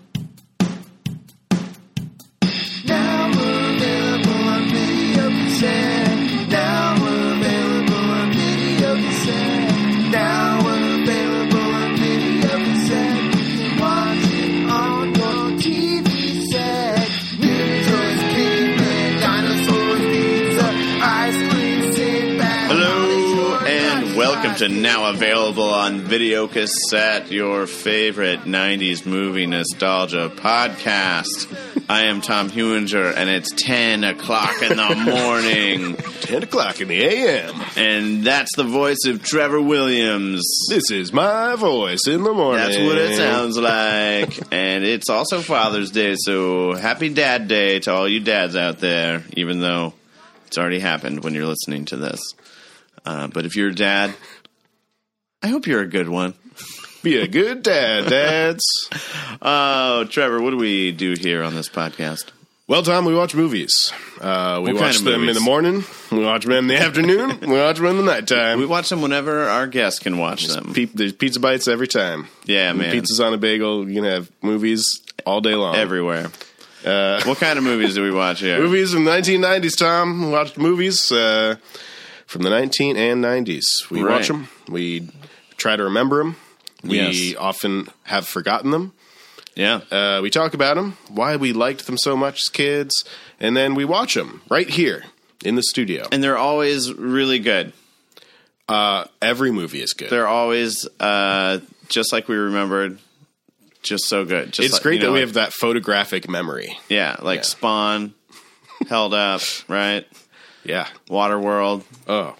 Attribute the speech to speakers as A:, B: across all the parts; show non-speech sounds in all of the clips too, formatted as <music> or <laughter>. A: Now we're available on video cassette. Now we're available on video cassette. Now we're available on video cassette. You can watch it on your TV set. Mutants, cavemen, dinosaurs, pizza, ice cream, sit back.
B: Hello
A: Hollywood,
B: and
A: hot
B: welcome
A: shot.
B: to Now Available on Video Cassette, your favorite 90s movie nostalgia podcast. I am Tom Hewinger and it's 10 o'clock in the morning.
C: 10 o'clock in the a.m.
B: and that's the voice of Trevor Williams.
C: This is my voice in the morning.
B: That's what it sounds
C: <laughs>
B: like. and it's also Father's Day, so happy Dad Day to all you dads out there, even though it's already happened when you're listening to this. Uh, but if you're a dad, I hope you're a good one.
C: Be a good dad, dads.
B: Oh, Trevor, what do we do here on this podcast?
C: well, Tom, we watch movies. Uh, we
B: What kind
C: watch
B: of
C: them in
B: movies?
C: the morning. We watch them in the afternoon. we watch them in the nighttime.
B: We watch them whenever our guests can watch them.
C: Pe- there's pizza bites every time.
B: Yeah, man.
C: Pizza's on a bagel. You can have movies all day long.
B: Everywhere.
C: Uh,
B: what kind of movies do we watch here?
C: <laughs> movies from the 1990s, Tom. We watched movies uh, from the 19 and 90s. We
B: Right.
C: watch them. We try to remember them. We
B: Yes.
C: often have forgotten them.
B: Yeah.
C: Uh, we talk about them, why we liked them so much as kids, and then we watch them right here in the studio.
B: and they're always really good.
C: Every movie is good.
B: They're always uh, just like we remembered, just so good. Just
C: It's
B: like-
C: great
B: you know,
C: that we
B: like-
C: have that photographic memory.
B: Yeah, like
C: Yeah.
B: Spawn, Held
C: <laughs>
B: Up, right?
C: Yeah.
B: Waterworld,
C: Oh.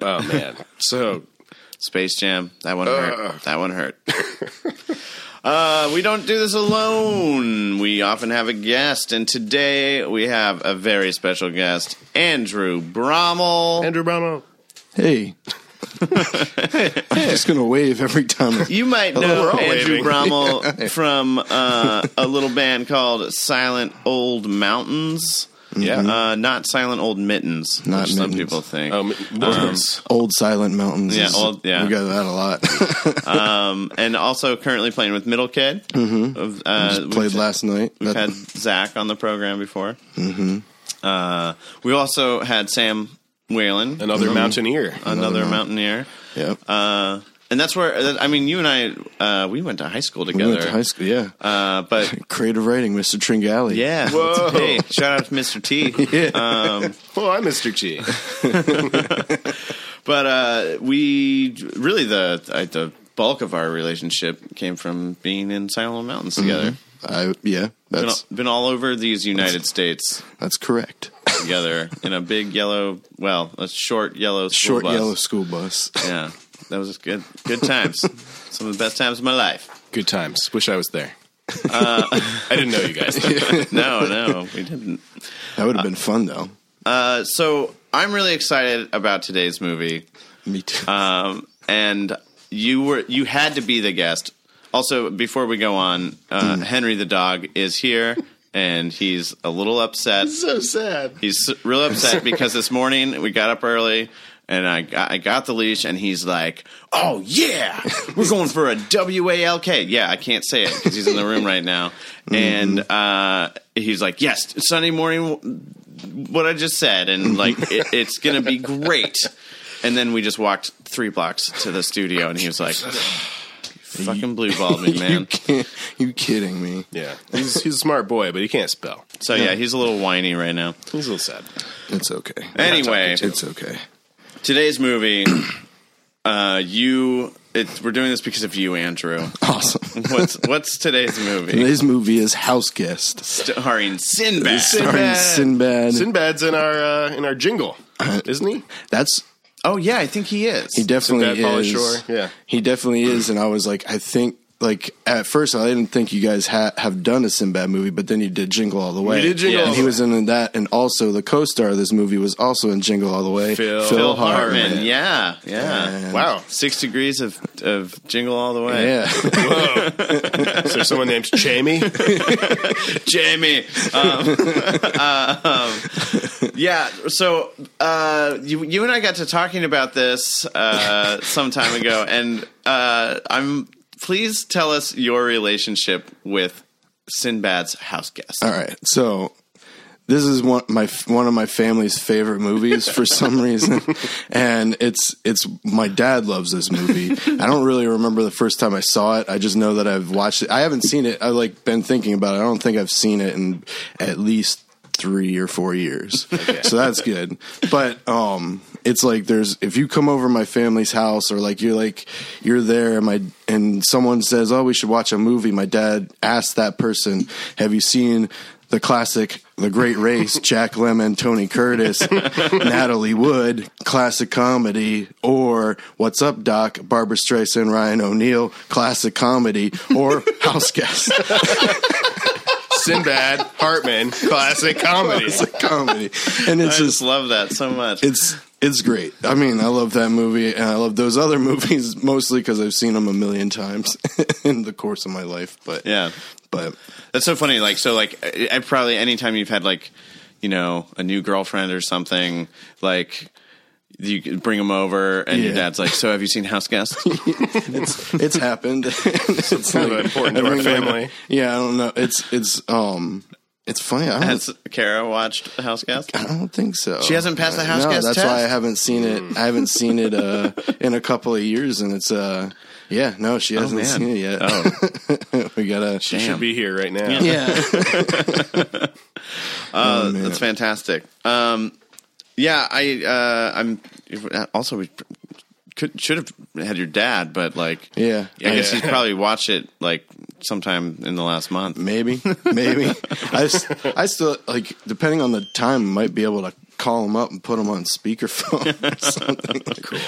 C: Oh man.
B: <laughs>
C: so
B: Space Jam. That one hurt. That one hurt. <laughs> uh, we don't do this alone. We often have a guest, and today we have a very special guest, Andrew Brommel.
C: Andrew Bromo.
D: Hey. I'm <laughs> just going to wave every time.
B: <laughs> you might know
C: we're all
B: Andrew
C: waving.
B: Brommel from uh, a little band called Silent Old Mountains.
C: Yeah.
B: Uh, not Silent Old Mittens,
D: Not
B: which some
D: Mittens.
B: people think.
C: Um, those-
D: Old Silent Mountains.
B: Yeah,
D: is-
B: old- yeah. Um,
D: We got that a
B: <laughs>
D: lot.
B: and also currently playing with Middle Kid. Mm-hmm. Of, uh, we've
D: Played last night.
B: We've
D: That-
B: had Zach on the program before. Mm-hmm. Uh, we also had Sam Whalen,
C: another mountaineer.
B: another mountaineer,
D: yep.
B: uh, and that's where that- I mean, you and I uh, we went to high school
D: we
B: together.
D: went to high school. Yeah.
B: Uh, but
D: Creative writing, Mr. Tringali.
B: yeah,
C: Whoa.
B: hey, shout out to Mr. T.
C: Oh, I'm Mr. T.
B: But uh, we really the uh, the bulk of our relationship came from being in Silent Mountains together.
D: I, yeah.
B: Been, all,
D: Mm-hmm. That's
B: been all over these United States. <laughs>
D: that's correct.
B: together in a big yellow, well, a short yellow school
D: Short
B: bus.
D: yellow school bus.
B: Yeah, that was good.
D: <laughs>
B: Good times. Some of the best times of my life. <laughs>
C: Good times. Wish I was there.
B: Uh,
C: <laughs> I didn't know you
B: <laughs>
C: guys.
B: No, no, we didn't.
D: That would have been fun though.
B: Uh, so I'm really excited about today's movie,
D: Me too. <laughs>
B: um, and you were you had to be the guest. Also, before we go on, uh, Henry the dog is here, and he's a little upset.
C: so sad.
B: He's real upset because this morning we got up early and I got, I got the leash and he's like, "Oh yeah, we're going for a W A L K." Yeah, I can't say it because he's in the room right now, and uh, he's like, "Yes, Sunday morning, what I just said, and like it, it's gonna be great." And then we just walked three blocks to the studio, and he was like, "You "Fucking blue balled me,
D: you
B: man."
D: can't. You kidding me?
C: Yeah. He's, he's a smart boy, but he can't spell.
B: So yeah, he's a little whiny right now.
C: He's a little sad.
D: It's okay.
B: Anyway,
D: It's okay.
B: today's movie <clears throat> uh you it, we're doing this because of you andrew
D: Awesome. <laughs>
B: what's what's today's movie
D: Today's movie is House Guest,
B: starring sinbad
D: starring Sinbad.
C: Sinbad's in our uh, in our jingle, isn't
B: <laughs>
C: he?
D: That's
B: oh yeah i think he is
D: He definitely
C: Sinbad Polly
D: is.
C: Shore, yeah.
D: he definitely is. And I was like, I think like at first I didn't think you guys ha- have done a Sinbad movie, but then you did Jingle All the Way.
C: We did Jingle
B: Yeah.
C: All
D: and
C: the
D: he
C: Way.
D: was in that, and also the co-star of this movie was also in Jingle All the Way.
C: Phil-
B: Phil Hartman. Yeah, yeah.
D: And-
C: Wow.
B: Six degrees of, of jingle all the way.
D: Yeah, <laughs>
C: Is there someone named
B: <laughs>
C: Jamie?
B: Jamie. Um, <laughs> uh, um, yeah. So uh, you you and I got to talking about this uh, some time ago, and uh, I'm please tell us your relationship with Sinbad's house guest.
D: All right, so this is one my one of my family's favorite movies for some reason, and it's it's my dad loves this movie. I don't really remember the first time I saw it. I just know that I've watched it. I haven't seen it. I have like been thinking about it. I don't think I've seen it in at least three or four years, so that's good. But um, it's like there's if you come over my family's house or like you're like you're there and my and someone says oh we should watch a movie my dad asked that person have you seen the classic the great
C: <laughs>
D: race jack lemon tony curtis natalie wood classic comedy or what's up doc barbara streisand ryan o'neill classic comedy
C: <laughs>
D: or house guest <laughs>
C: Sinbad Hartman, classic comedy.
D: classic comedy and
B: I just
D: it's just
B: love that so much.
D: it's it's great. I mean, I love that movie, and I love those other <laughs> movies mostly because I've seen them a million times <laughs> in the course of my life. But
B: yeah.
D: but
B: That's so funny. Like, so, like, I, I probably anytime you've had like, you know, a new girlfriend or something, like, you could bring them over, and your
D: Yeah.
B: dad's like, "So, have you seen House Guest?"
D: it's happened. <laughs> it's
C: Kind of
D: like-
C: important to
D: I
C: our
D: mean,
C: family.
D: Yeah, I don't know. It's it's um it's funny. I don't,
B: Has Kara watched House Guest?
D: I don't think so. Uh,
B: She hasn't passed the house
D: no,
B: guest
D: that's
B: test?
D: why I haven't seen it. I haven't seen it uh, in a couple of years, and it's uh yeah no, she hasn't
B: man.
D: seen it yet.
B: Oh,
D: <laughs> we gotta
C: She should be here right now.
D: yeah.
B: uh,
D: man.
B: that's fantastic. Um, yeah, I uh, I'm also we could should have had your dad, but like,
D: Yeah.
B: I guess
C: Yeah.
B: he's probably watched it like sometime in the last month.
D: Maybe, maybe.
B: <laughs>
D: I, s- I still like depending on the time, might be able to call him up and put him on speakerphone
B: <laughs>
D: or something. cool.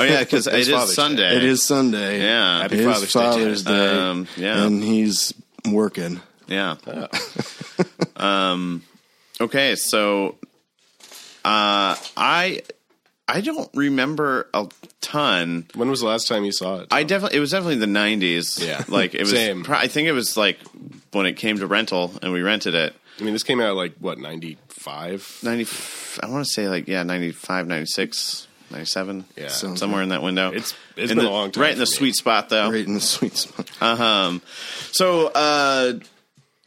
B: Oh yeah,
D: <laughs>
B: because it
C: Father's
B: is
C: Day.
B: Sunday.
D: It is Sunday.
B: Yeah. Happy
D: it is
C: Father's
D: Father's,
C: Day, Janet.
D: Day.
B: Um, yeah.
D: and he's working. <laughs>
B: Yeah. um. Okay, so, uh, I I don't remember a ton.
C: When was the last time you saw it?
B: I definitely it was definitely the '90s.
C: Yeah.
B: <laughs> like it was.
C: Same.
B: Pro- I think it was like when it came to rental and we rented it.
C: I mean, this came out like what ninety five.
B: Ninety, I want to say like yeah, 95, 96, 97.
C: Yeah.
B: somewhere
C: Sounds
B: in that window.
C: It's- it's
B: In
C: been
B: the-
C: a long time
B: Right in the
C: for me.
B: sweet spot though.
D: Right in the sweet spot.
B: Um, so uh,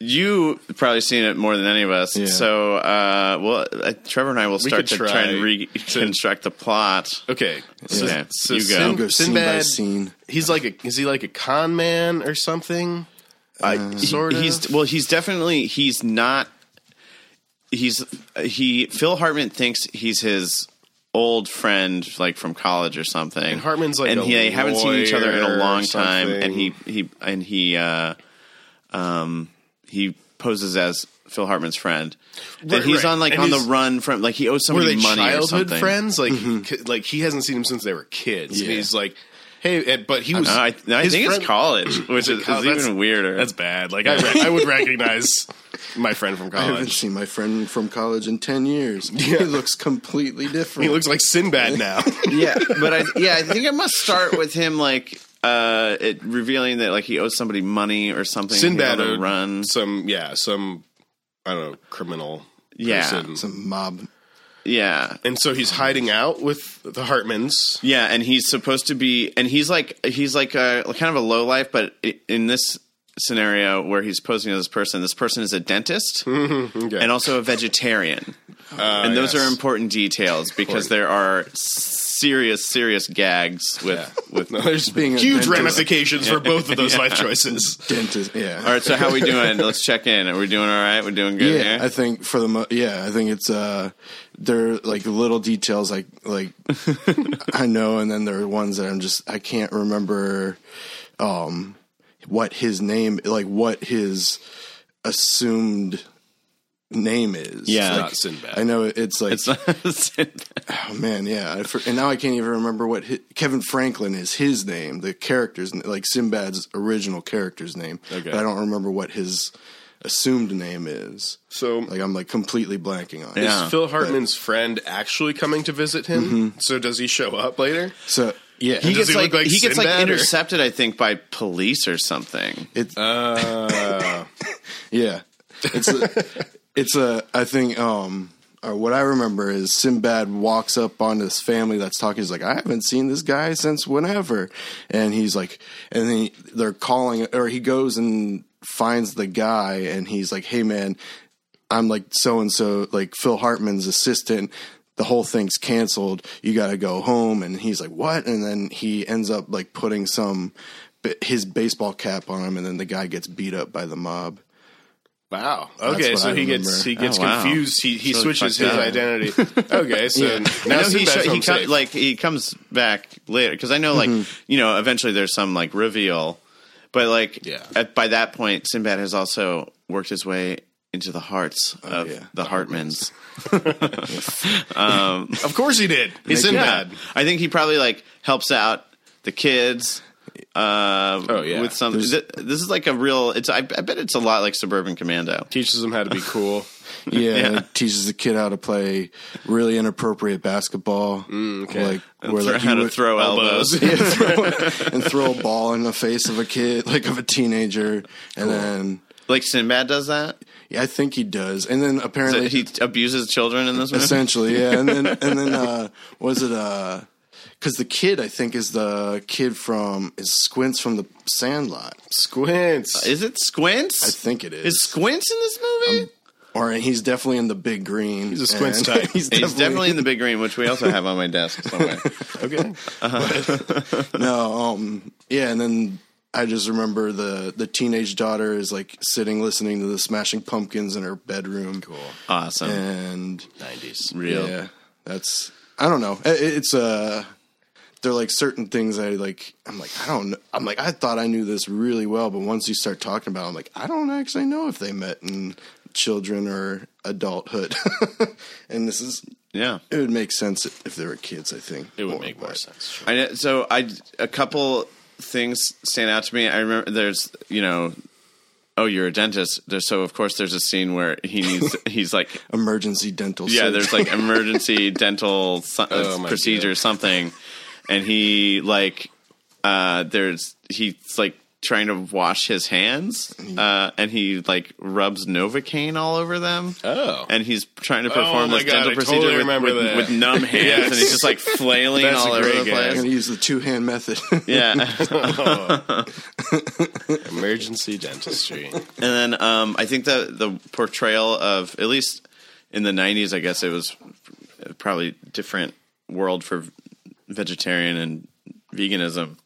B: you probably seen it more than any of us.
D: Yeah.
B: So uh, well, uh, Trevor and I will start
C: could
B: to try,
C: try
B: and reconstruct the plot.
C: Okay, so,
B: Yeah.
C: so
B: You go.
C: Sin-
B: I'll
D: go scene by
C: Sinbad.
D: scene.
C: He's like a is he like a con man or something?
B: I,
C: Mm-hmm. Sort of.
B: He's well. He's definitely. He's not. He's he. Phil Hartman thinks he's his old friend, like from college or something. And
C: Hartman's like
B: and
C: a
B: he, they haven't seen each other in
C: lawyer
B: a
C: or
B: long time. And he
C: something.
B: he and he uh, um he poses as Phil Hartman's friend.
C: Right,
B: and he's
C: right.
B: on like
C: And
B: on the
C: he's-
B: run from like he owes
C: Were
B: somebody
C: they
B: money or
C: childhood
B: something.
C: friends? Like
D: Mm-hmm.
C: ki- like he hasn't seen him since they were kids. And
D: Yeah.
C: he's like, hey, and- but he was.
B: Uh, I, I
C: his
B: think
C: friend-
B: it's college, which is,
C: Oh,
B: is
C: that's-
B: even weirder.
C: That's bad. Like I, re- I would recognize my friend from
D: <laughs> I haven't
C: college.
D: seen my friend from college in ten years. He looks completely different.
C: He looks like Sinbad now.
D: <laughs>
B: yeah, but I yeah, I think I must start with him like uh it revealing that like he owes somebody money or something.
C: Sinbad
B: He's on the
C: owed
B: run.
C: Some yeah, some I don't know criminal.
B: Yeah.
C: person.
D: a mob.
B: Yeah.
C: and so he's hiding out with the Hartmans.
B: Yeah, and he's supposed to be and he's like he's like a kind of a low life, but i- in this scenario where he's posing as this person, this person is a dentist and also a vegetarian. and those
C: yes.
B: are important details because there are serious serious gags with <laughs> with
C: No, there's
D: Being a
C: huge
D: dentist.
C: ramifications for both of those life choices.
D: Dentist. Yeah.
B: All right, so how we doing? Let's check in. Are we doing all right? We're doing good
D: Yeah,
B: here.
D: I think for the mo- yeah, I think it's uh, they're like little details like like I know, and then there are ones that I'm just I can't remember, um, what his name like what his assumed name is.
B: Yeah.
D: Like,
C: Not Sinbad.
D: I know it- it's like
B: It's <laughs> not.
D: oh man, yeah. I for, and now I can't even remember what hi Kevin Franklin is his name, the character's n- like Sinbad's original character's name.
C: Okay.
D: But I don't remember what his assumed name is.
C: So
D: Like I'm like completely blanking on it.
B: Yeah.
C: is Phil Hartman's friend actually coming to visit him? So does he show up later?
D: So yeah,
B: he gets
C: Does he
B: like,
C: look like
B: he gets like
C: Sinbad, or-
B: intercepted, I think, by police or something.
D: It's <laughs> yeah. It's a, it's a I think um or what I remember is Sinbad walks up on this family that's talking. He's like, I haven't seen this guy since whenever, and he's like, and then he, they're calling or he goes and finds the guy, and he's like, Hey man, I'm like so and so, like Phil Hartman's assistant. The whole thing's canceled. You got to go home. And he's like, what? And then he ends up like putting some his baseball cap on him, and then the guy gets beat up by
B: <laughs>
D: the mob.
C: Wow. Okay,
D: what I
C: so he
D: remember.
C: gets he gets
B: Oh, wow.
C: confused. He he
B: It's really
C: switches his
B: fucked up.
C: identity. okay, so
B: I
C: now
B: know he,
C: Sinbad's
B: sho- he
C: home
B: co-
C: safe.
B: like he comes back later because I know like
C: Mm-hmm.
B: you know eventually there's some like reveal, but like
C: Yeah.
B: at, by that point Sinbad has also worked his way into the hearts
C: Oh,
B: of
D: yeah.
B: the Hartmans.
C: of course he did. He's
B: Sinbad.
C: Sinbad.
B: I think he probably like helps out the kids. Uh,
C: Oh, yeah.
B: with some. th- this is like a real. It's I, I bet it's a lot like Suburban Commando.
C: Teaches him how to be cool.
D: Yeah, and it teaches the kid how to play really inappropriate basketball, like where
B: Mm, Throw-
D: like
B: how
D: you
B: to
D: would- <laughs>
B: throw elbows. <laughs>
D: Yeah, throw- and throw a ball in the face of a kid, like of a teenager, and then
B: Like Sinbad does that.
D: yeah, I think he does, and then
B: So
D: apparently
B: he abuses children in this movie.
D: essentially yeah and then and then uh was it uh because the kid i think is the kid from is squints from the sandlot
C: Squints.
B: Is Uh, it Squints?
D: i think it is,
B: Is Squints in this movie?
D: or he's definitely in the big green
C: He's a Squints
D: and
C: type.
D: <laughs> he's
B: He's definitely in the big green, which we also have on my desk somewhere.
C: okay.
D: no um yeah and then i just remember the the teenage daughter is like sitting listening to the smashing pumpkins in her bedroom cool
B: Awesome.
D: and
C: Nineties.
B: Real.
D: Yeah, that's I don't know. It, it's uh they're like certain things I like. I'm like I don't. know. I'm like I thought I knew this really well, but once you start talking about, it, I'm like I don't actually know if they met in children or adulthood. <laughs> and this is
B: Yeah.
D: it would make sense if they were kids. I think
C: It would make more sense.
B: I know, so I a couple things stand out to me. I remember there's you know, oh you're a dentist. There's so of course there's a scene where he needs <laughs> he's like
D: Emergency dental.
B: yeah
D: surgery.
B: there's
C: <laughs>
B: like emergency dental so- uh,
C: Oh, my
B: procedure
C: God.
B: something, and he like uh there's he's like trying to wash his hands
C: Mm-hmm.
B: uh and he like rubs novocaine all over them
C: Oh.
B: and he's trying to perform
C: my
B: this
C: God,
B: dental
C: I
B: procedure
C: totally
B: with-
C: remember
B: with,
C: that.
B: with numb hands, and he's just like flailing
C: That's a
B: all over the
C: great gag.
D: <laughs> I'm
B: place.
D: gonna use the two hand method. <laughs>
C: <laughs>
B: Yeah, and
C: Oh. Emergency dentistry.
B: then um, I think the the portrayal of at least in the '90s, I guess it was probably different world for vegetarian and veganism,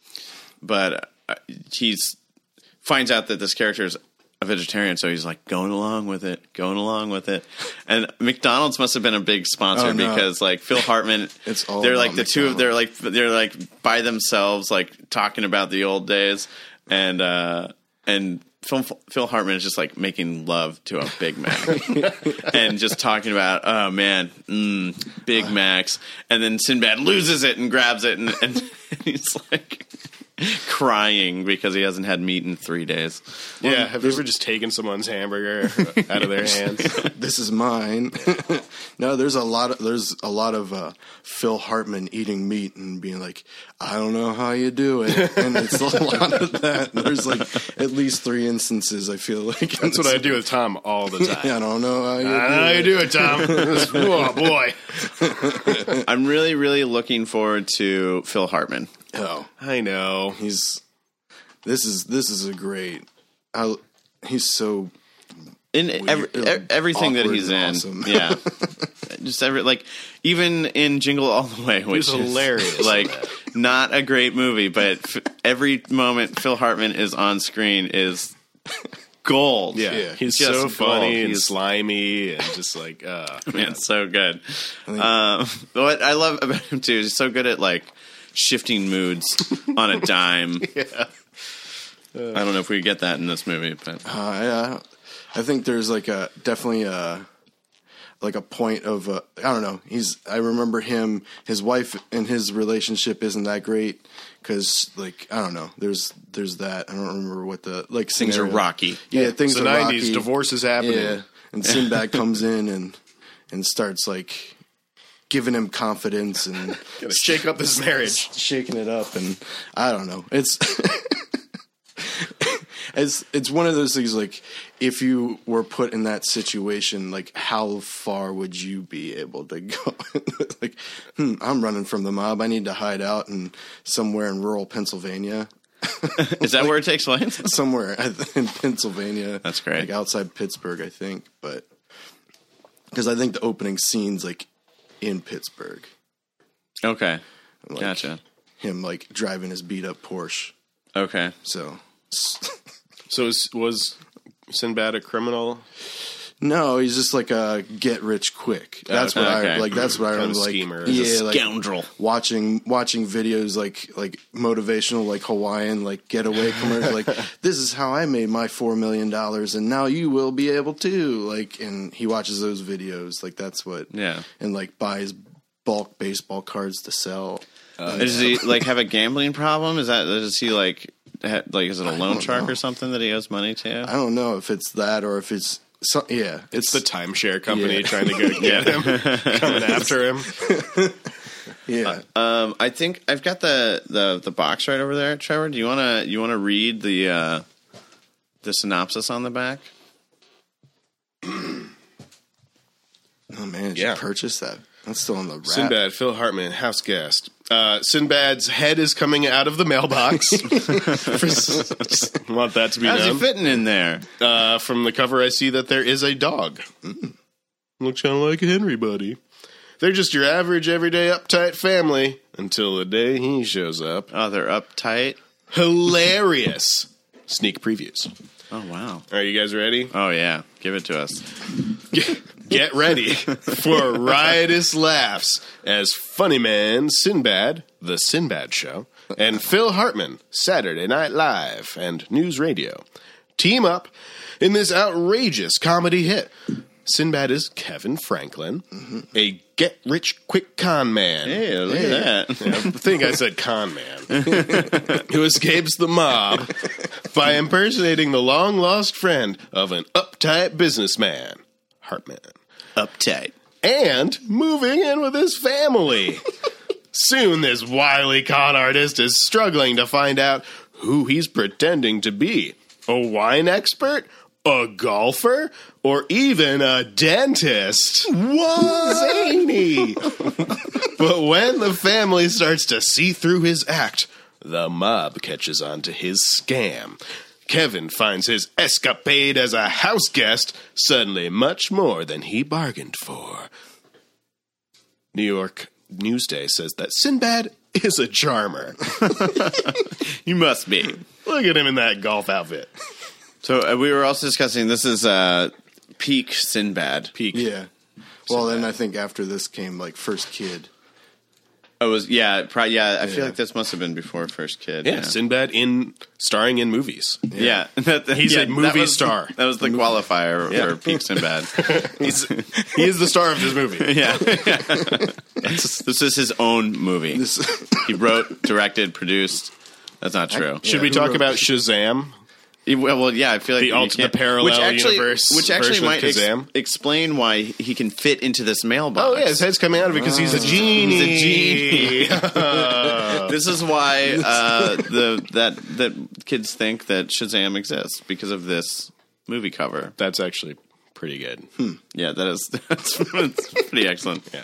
B: but uh, he's finds out that this character is a vegetarian, so he's like going along with it, going along with it. And McDonald's must have been a big sponsor
D: Oh, no.
B: because like Phil Hartman,
D: <laughs> It's all
B: they're
D: about
B: like the two of they're like they're like by themselves, like talking about the old days, and uh and. Phil, Phil Hartman is just like making love to a Big Mac
D: <laughs>
B: and just talking about, oh man, mm, Big Macs. And then Sinbad loses it and grabs it and, and <laughs> he's like crying because he hasn't had meat in three days.
C: yeah. Have you ever just taken someone's hamburger out of their hands?
D: <laughs> this is mine. <laughs> no, there's a lot of there's a lot of uh, Phil Hartman eating meat and being like, I don't know how you do it, and it's a lot of that. There's like at least three instances. I feel like
C: That's
D: <laughs>
C: what I Uh, do with Tom all the <laughs> time.
D: I don't know how you
C: I know
D: do
C: how you
D: it.
C: do it, Tom. <laughs> oh boy.
B: I'm really, really looking forward to Phil Hartman.
D: Oh,
C: I know.
D: he's this is this is a great. I, he's so
B: In every,
D: Weird,
B: e- everything that
D: awkward,
B: he's in.
D: and awesome.
B: Yeah. Just every, like, even in Jingle All the Way, which
C: He's
B: is
C: hilarious in
B: Like, not a great movie, but f- every moment Phil Hartman is on screen is gold.
C: Yeah,
D: Yeah.
C: he's
B: Just
C: so
B: gold.
C: funny and
B: He's-
C: slimy and just like uh,
B: Man, <laughs> it's so good. Um, <laughs> what I love about him too is he's so good at like shifting moods
D: <laughs>
B: on a dime. I don't know if we get that in this movie, but
D: Oh, Uh, yeah, I think there's like a definitely a like a point of uh, I don't know. He's I remember him. His wife and his relationship isn't that great because like I don't know. There's there's that. I don't remember what the like
B: Things are
D: scenario- <laughs>
B: rocky.
D: Yeah, things
C: the
D: are
C: 90s,
D: rocky.
C: divorce is happening.
D: Yeah, and Sinbad comes in and and starts like giving him confidence and
C: Gotta shake up this marriage.
D: shaking it up and I don't know. It's <laughs> it's it's one of those things like if you were put in that situation, like how far would you be able to go? <laughs> like, hmm, I'm running from the mob. I need to hide out in somewhere in rural Pennsylvania.
B: Is that where it takes
D: <laughs>
B: place?
D: Somewhere in Pennsylvania.
B: That's great.
D: Like outside Pittsburgh, I think. But because I think the opening scene's like in Pittsburgh.
B: Okay.
D: Like,
B: Gotcha.
D: Him like driving his beat up Porsche.
B: Okay.
D: So
C: So is, was Sinbad a criminal?
D: No, he's just like a get rich quick. That's what I
B: okay.
D: like. That's what I
C: Oh, Kind of
D: remember. Like,
C: schemer. He's
D: yeah, like
B: Scoundrel.
D: watching watching videos like like motivational like Hawaiian like getaway
C: <laughs>
D: commercial. like this is how I made my four million dollars, and now you will be able to. Like, and he watches those videos. Like that's what.
B: Yeah.
D: and like buys bulk baseball cards to sell. Oh,
B: Does he like have a gambling problem? Is that does he like ha, like is it a loan shark or something that he owes money to?
D: I don't know if it's that or if it's some, yeah.
C: It's
D: It's,
C: the timeshare company
D: Yeah.
C: trying to go <laughs> get him, coming after him. uh,
D: yeah.
B: Um, I think I've got the, the the box right over there, Trevor. Do you wanna you wanna read the uh, the synopsis on the back?
D: oh man, did
C: Yeah.
D: you purchase that? That's still on the wrap.
C: Sinbad, Phil Hartman, house guest. Uh, Sinbad's head is coming out of the <laughs> mailbox. want that to be
B: How's
C: known.
B: he fitting in there?
C: Uh, from the cover, I see that there is a dog. Looks kind of like a Henry buddy. They're just your average, everyday, uptight family until the day he shows up.
B: Oh, they're uptight.
C: Hilarious. Sneak previews.
B: Oh wow.
C: Are you guys ready?
B: Oh yeah. Give it to us.
C: Get ready
B: <laughs>
C: for riotous laughs as Funny Man Sinbad, The Sinbad Show, and Phil Hartman, Saturday Night Live and News Radio, team up in this outrageous comedy hit. Sinbad is Kevin Franklin, a get rich quick con man.
B: Mm-hmm. Hey, look at that.
C: I think I said con man <laughs> who escapes the mob by impersonating the long lost friend of an uptight businessman, Hartman,
B: Uptight.
C: and moving in with his family. Soon, this wily con artist is struggling to find out who he's pretending to be a wine expert, a golfer, or even a dentist. What? Zany! but when the family starts to see through his act, the mob catches on to his scam. Kevin finds his escapade as a house guest suddenly much more than he bargained for. New York Newsday says that Sinbad is a charmer.
B: You must be.
C: <laughs> Look at him in that golf outfit.
B: So uh, we were also discussing this is uh, peak Sinbad. Peak.
D: Yeah. Well, then I think after this came like first kid.
B: Oh, it was yeah. Pro- yeah. I feel
D: Yeah.
B: like this must have been before First Kid.
C: Yeah, Sinbad in starring in movies.
B: Yeah, <laughs> That- that-
C: He's a
B: yeah, that
C: movie
B: was-
C: star.
B: That was
C: <laughs>
B: the qualifier
C: Yeah.
B: for Peak
C: <laughs>
B: Sinbad.
C: He's, he is the star of this <laughs> movie.
B: yeah, this is his own movie.
D: This
B: <laughs> he wrote, directed, produced. That's not true.
C: Should we
D: who
C: talk
D: wrote
C: about Shazam?
B: Yeah, well, yeah, I feel like
C: The
B: you
C: alt-
B: can't-
C: the parallel
B: which actually,
C: universe
B: which actually
C: version of
B: might ex-
C: Kazam.
B: explain why he can fit into this mailbox.
C: Oh yeah, his head's coming out of it because he's a genie.
B: He's
C: <laughs>
B: this is why uh, the that that kids think that Shazam exists because of this movie cover.
C: That's actually pretty good.
B: Yeah, that is <laughs> that's, that's pretty excellent.
C: Yeah.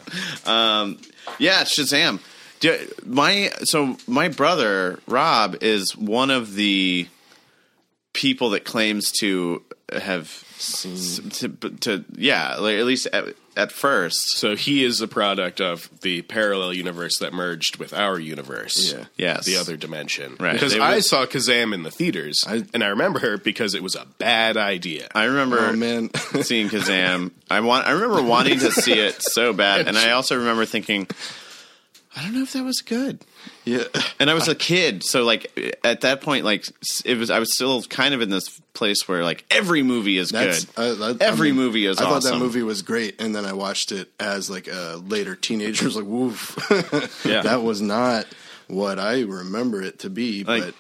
B: Um, yeah, Shazam. Do- My so my brother Rob is one of the people that claims to have s- to, to yeah, like at least at, at first.
C: So he is a product of the parallel universe that merged with our universe.
D: Yeah.
B: Yes.
C: The other dimension.
B: Right.
C: Because
B: They
C: I
B: would-
C: saw Kazam in the theaters,
D: I-
C: and I remember her because it was a bad idea.
B: I remember
D: Oh man. <laughs>
B: seeing Kazam. I want. I remember wanting to see it so bad, and I also remember thinking, I don't know if that was good.
D: Yeah.
B: And I was a kid, so like at that point, like s- it was. I was still kind of in this place where like every movie is
D: That's
B: good.
D: I- I-
B: every
D: I mean,
B: movie is.
D: I thought
B: awesome.
D: that movie was great, and then I watched it as like a later teenager. <laughs> I was like,
B: <laughs>
D: woof,
B: Yeah.
D: that was not what I remember it to be.
B: Like-
D: but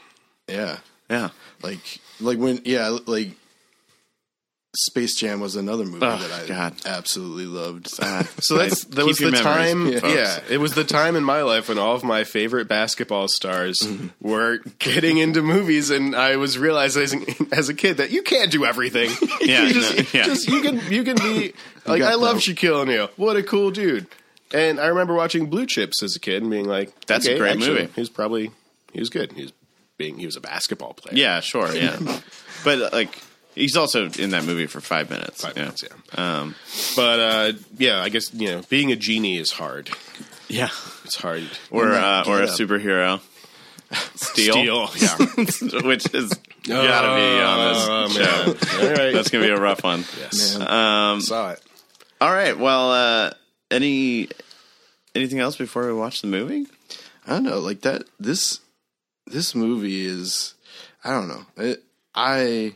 D: yeah,
B: Yeah.
D: like like when yeah like Space Jam was another movie
B: Oh,
D: that I
B: God. Ah.
D: absolutely loved. <laughs>
B: <laughs>
C: So that's that
B: Keep
C: was
B: your
C: the
B: memories,
C: time. Yeah.
B: folks.
C: it was the time in my life when all of my favorite basketball stars
B: Mm-hmm.
C: were getting into movies, and I was realizing <laughs> as a kid that you can't do everything.
B: <laughs> Yeah,
C: you just,
B: no, yeah.
C: just- you can you
B: <laughs>
C: can be like
D: got
C: I love
D: that.
C: Shaquille O'Neal. What a cool dude! And I remember watching Blue Chips as a kid and being like,
B: That's a
C: okay,
B: great
C: actually,
B: movie.
C: He was probably he was good. He was being he was a basketball player.
B: Yeah. Sure.
C: <laughs>
B: Yeah. but like, he's also in that movie for five minutes.
C: Five
B: yeah.
C: minutes, yeah.
B: Um,
C: But uh, yeah, I guess you know being a genie is hard.
B: yeah.
C: It's hard.
B: Or
D: that
B: uh, or a
D: get up.
B: superhero. Steel,
C: Steel,
B: <laughs>
C: yeah.
B: which
C: <laughs>
B: is gotta be on this show.
C: All right.
B: That's gonna be a rough one. Um,
C: yes. Saw it.
B: All right. Well, uh, any anything else before we watch the movie?
D: I don't know, like that. This this movie is, I don't know. It, I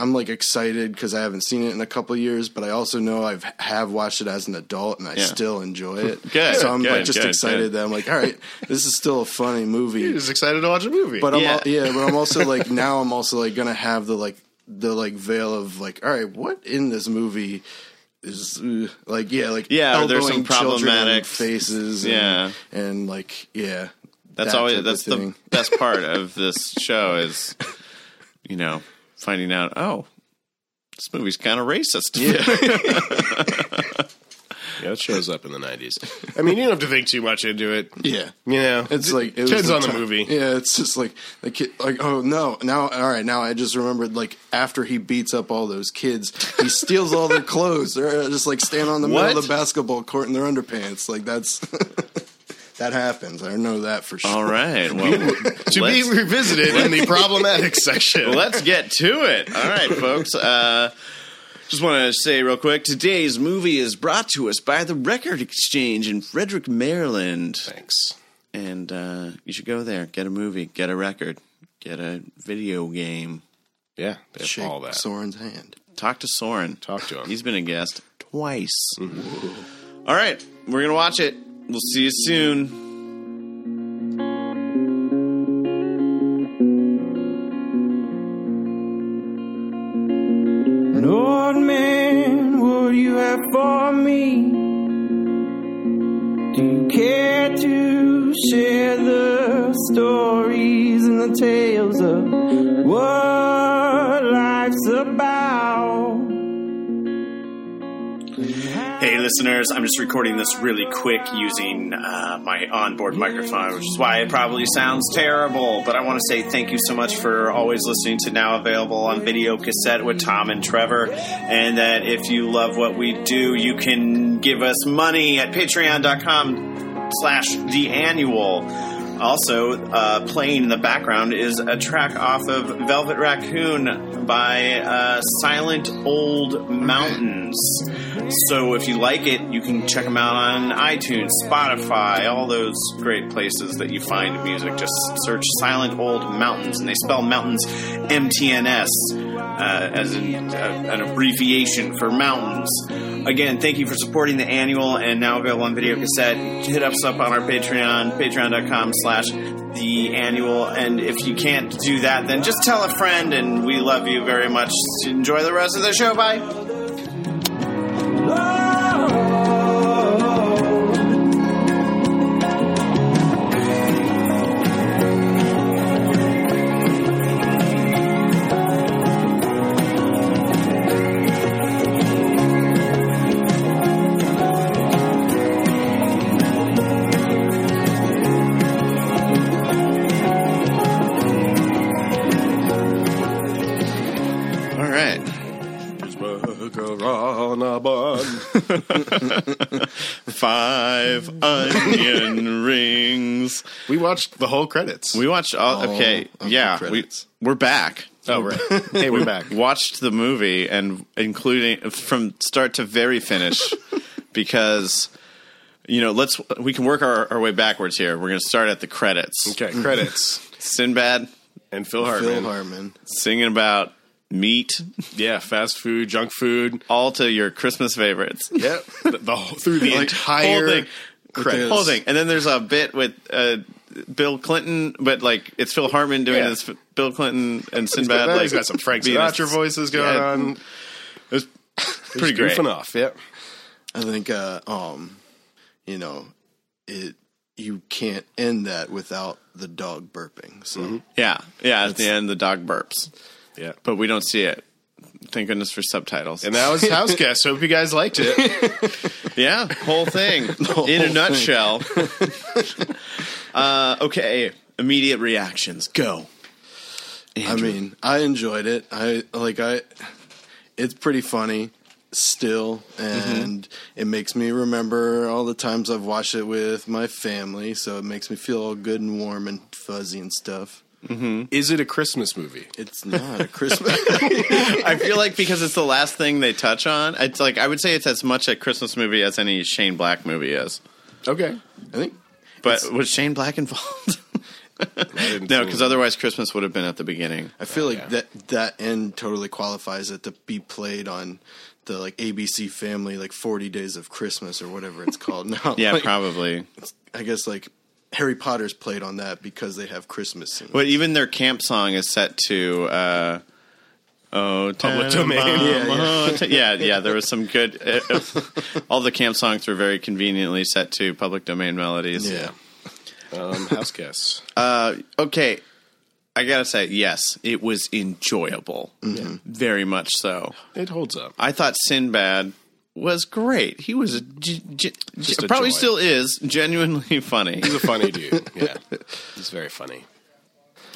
D: I'm like excited because I haven't seen it in a couple of years, but I also know I've have watched it as an adult and I
B: Yeah.
D: still enjoy it.
B: <laughs> Good,
D: so I'm
B: good,
D: like just
B: good,
D: excited
B: good.
D: that I'm like, all right, this is still a funny movie.
C: He's excited to watch a movie.
D: But I'm
B: Yeah.
D: al- yeah, but
B: <laughs>
D: I'm also like now I'm also like gonna have the like the like veil of like all right, what in this movie is uh, like yeah like
B: Yeah, are there some
D: elbowing children
B: problematic-
D: faces and,
B: Yeah.
D: and like yeah
B: That's
D: that type
B: always
D: of
B: that's the
D: thing.
B: best <laughs> part of this show is you know finding out oh this movie's kind of racist.
C: yeah, it shows up in the nineties. <laughs> I mean, you don't have to think too much into it.
D: yeah.
C: You know,
D: It's like it was
C: depends on the
D: ti-
C: movie.
D: Yeah, it's just like the kid. Like, oh no, now all right, now I just remembered. Like after he beats up all those kids, he steals all their clothes. They're uh, just like standing on the middle
C: What?
D: of the basketball court in their underpants. Like that's <laughs> that happens. I know that for sure.
B: All right. Well,
C: <laughs> To
B: let's,
C: be revisited in
B: <laughs>
C: the problematic section.
B: let's get to it. All right, folks. Uh, just want to say real quick today's movie is brought to us by the Record Exchange in Frederick, Maryland.
C: Thanks.
B: and uh, you should go there. Get a movie, get a record, get a video game.
C: Yeah, they have
D: Shake
C: all that.
D: Soren's hand.
B: Talk to Soren.
C: Talk to him. Mm-hmm.
B: He's been a guest twice. All right, we're gonna watch it. We'll see you soon.
E: Lord, man, what do you have for me? Do you care to share the stories and the tales of what life's about?
F: Hey, listeners, I'm just recording this really quick using uh, my onboard microphone, which is why it probably sounds terrible. But I want to say thank you so much for always listening to Now Available on Video Cassette with Tom and Trevor. And that if you love what we do, you can give us money at patreon.com slash the annual. Also, uh, playing in the background is a track off of Velvet Raccoon by uh, Silent Old Mountains. So, if you like it, you can check them out on iTunes, Spotify, all those great places that you find music. Just search Silent Old Mountains, and they spell mountains MTNS uh, as an, uh, an abbreviation for mountains. Again, thank you for supporting the annual and now available on video cassette. Hit us up on our Patreon, patreon.com slash the annual. And if you can't do that, then just tell a friend and we love you very much. Enjoy the rest of the show. Bye.
B: All right.
C: <laughs>
B: Five onion rings.
C: We watched the whole credits.
B: We watched all.
D: All
B: okay,
D: of the
B: yeah, we,
D: credits.
B: we're back. <laughs>
C: oh right. Hey, we're back.
B: Watched the movie
C: <laughs>
B: and including from start to very finish because you know, let's we can work our, our way backwards here. We're going to start at the credits.
C: Okay, credits.
B: Sinbad
C: and Mm-hmm. Phil Hartman.
D: Phil Hartman.
B: singing about meat,
C: Yeah, fast food, junk food.
B: all to your Christmas favorites.
C: Yep. the, the whole- through the
B: Like,
C: entire
B: whole thing.
C: credits.
B: Whole thing. And then there's a bit with uh, Bill Clinton, but like it's Phil Hartman doing
C: Yeah.
B: this. Bill Clinton and
C: He's got,
B: Sinbad. Like
C: he's got some Frank
B: being a-
C: Sinatra voices going
B: Yeah.
C: on. It's
B: pretty great.
C: goofing off. Yep.
D: I think, uh, um, you know, it you can't end that without the dog burping. So
C: Mm-hmm.
B: Yeah, yeah. At the end, the dog burps,
C: Yeah.
B: but we don't see it. Thank goodness for subtitles.
C: And that
B: <laughs>
C: was House Guest. Hope you guys liked it.
B: yeah, whole thing
C: <laughs>
B: in a nutshell. uh, okay, immediate reactions. Go.
C: <laughs>
D: I mean, I enjoyed it. I like I. It's pretty funny still, and it makes me remember all the times I've watched it with my family. So it makes me feel all good and warm and fuzzy and stuff.
C: Is it a Christmas movie?
D: It's not a <laughs> Christmas.
B: I feel like because it's the last thing they touch on, it's like I would say it's as much a Christmas movie as any Shane Black movie is.
C: Okay.
D: I think
B: But was Shane Black involved? <laughs> no, because otherwise Christmas would have been at the beginning.
D: I feel like that that end totally qualifies it to be played on the like ABC Family like Forty Days of Christmas or whatever it's called <laughs> now.
B: Yeah,
D: Like,
B: probably.
D: I guess like Harry Potter's played on that because they have Christmas scenes.
B: But even their camp song is set to uh, oh
C: Public domain.
B: Tannenbaum,
D: Yeah,
B: oh, ta- <laughs> yeah, yeah. There was some good. Uh, uh, all the camp songs were very conveniently set to public domain melodies.
D: yeah.
C: Um, house Guest.
B: Okay, I gotta say, yes, it was enjoyable. Very much so.
C: It holds up.
B: I thought Sinbad was great. He was a g- g-
C: Just a
B: probably
C: joy.
B: still is genuinely <laughs> funny.
C: He's a funny <laughs> dude. Yeah. He's very funny.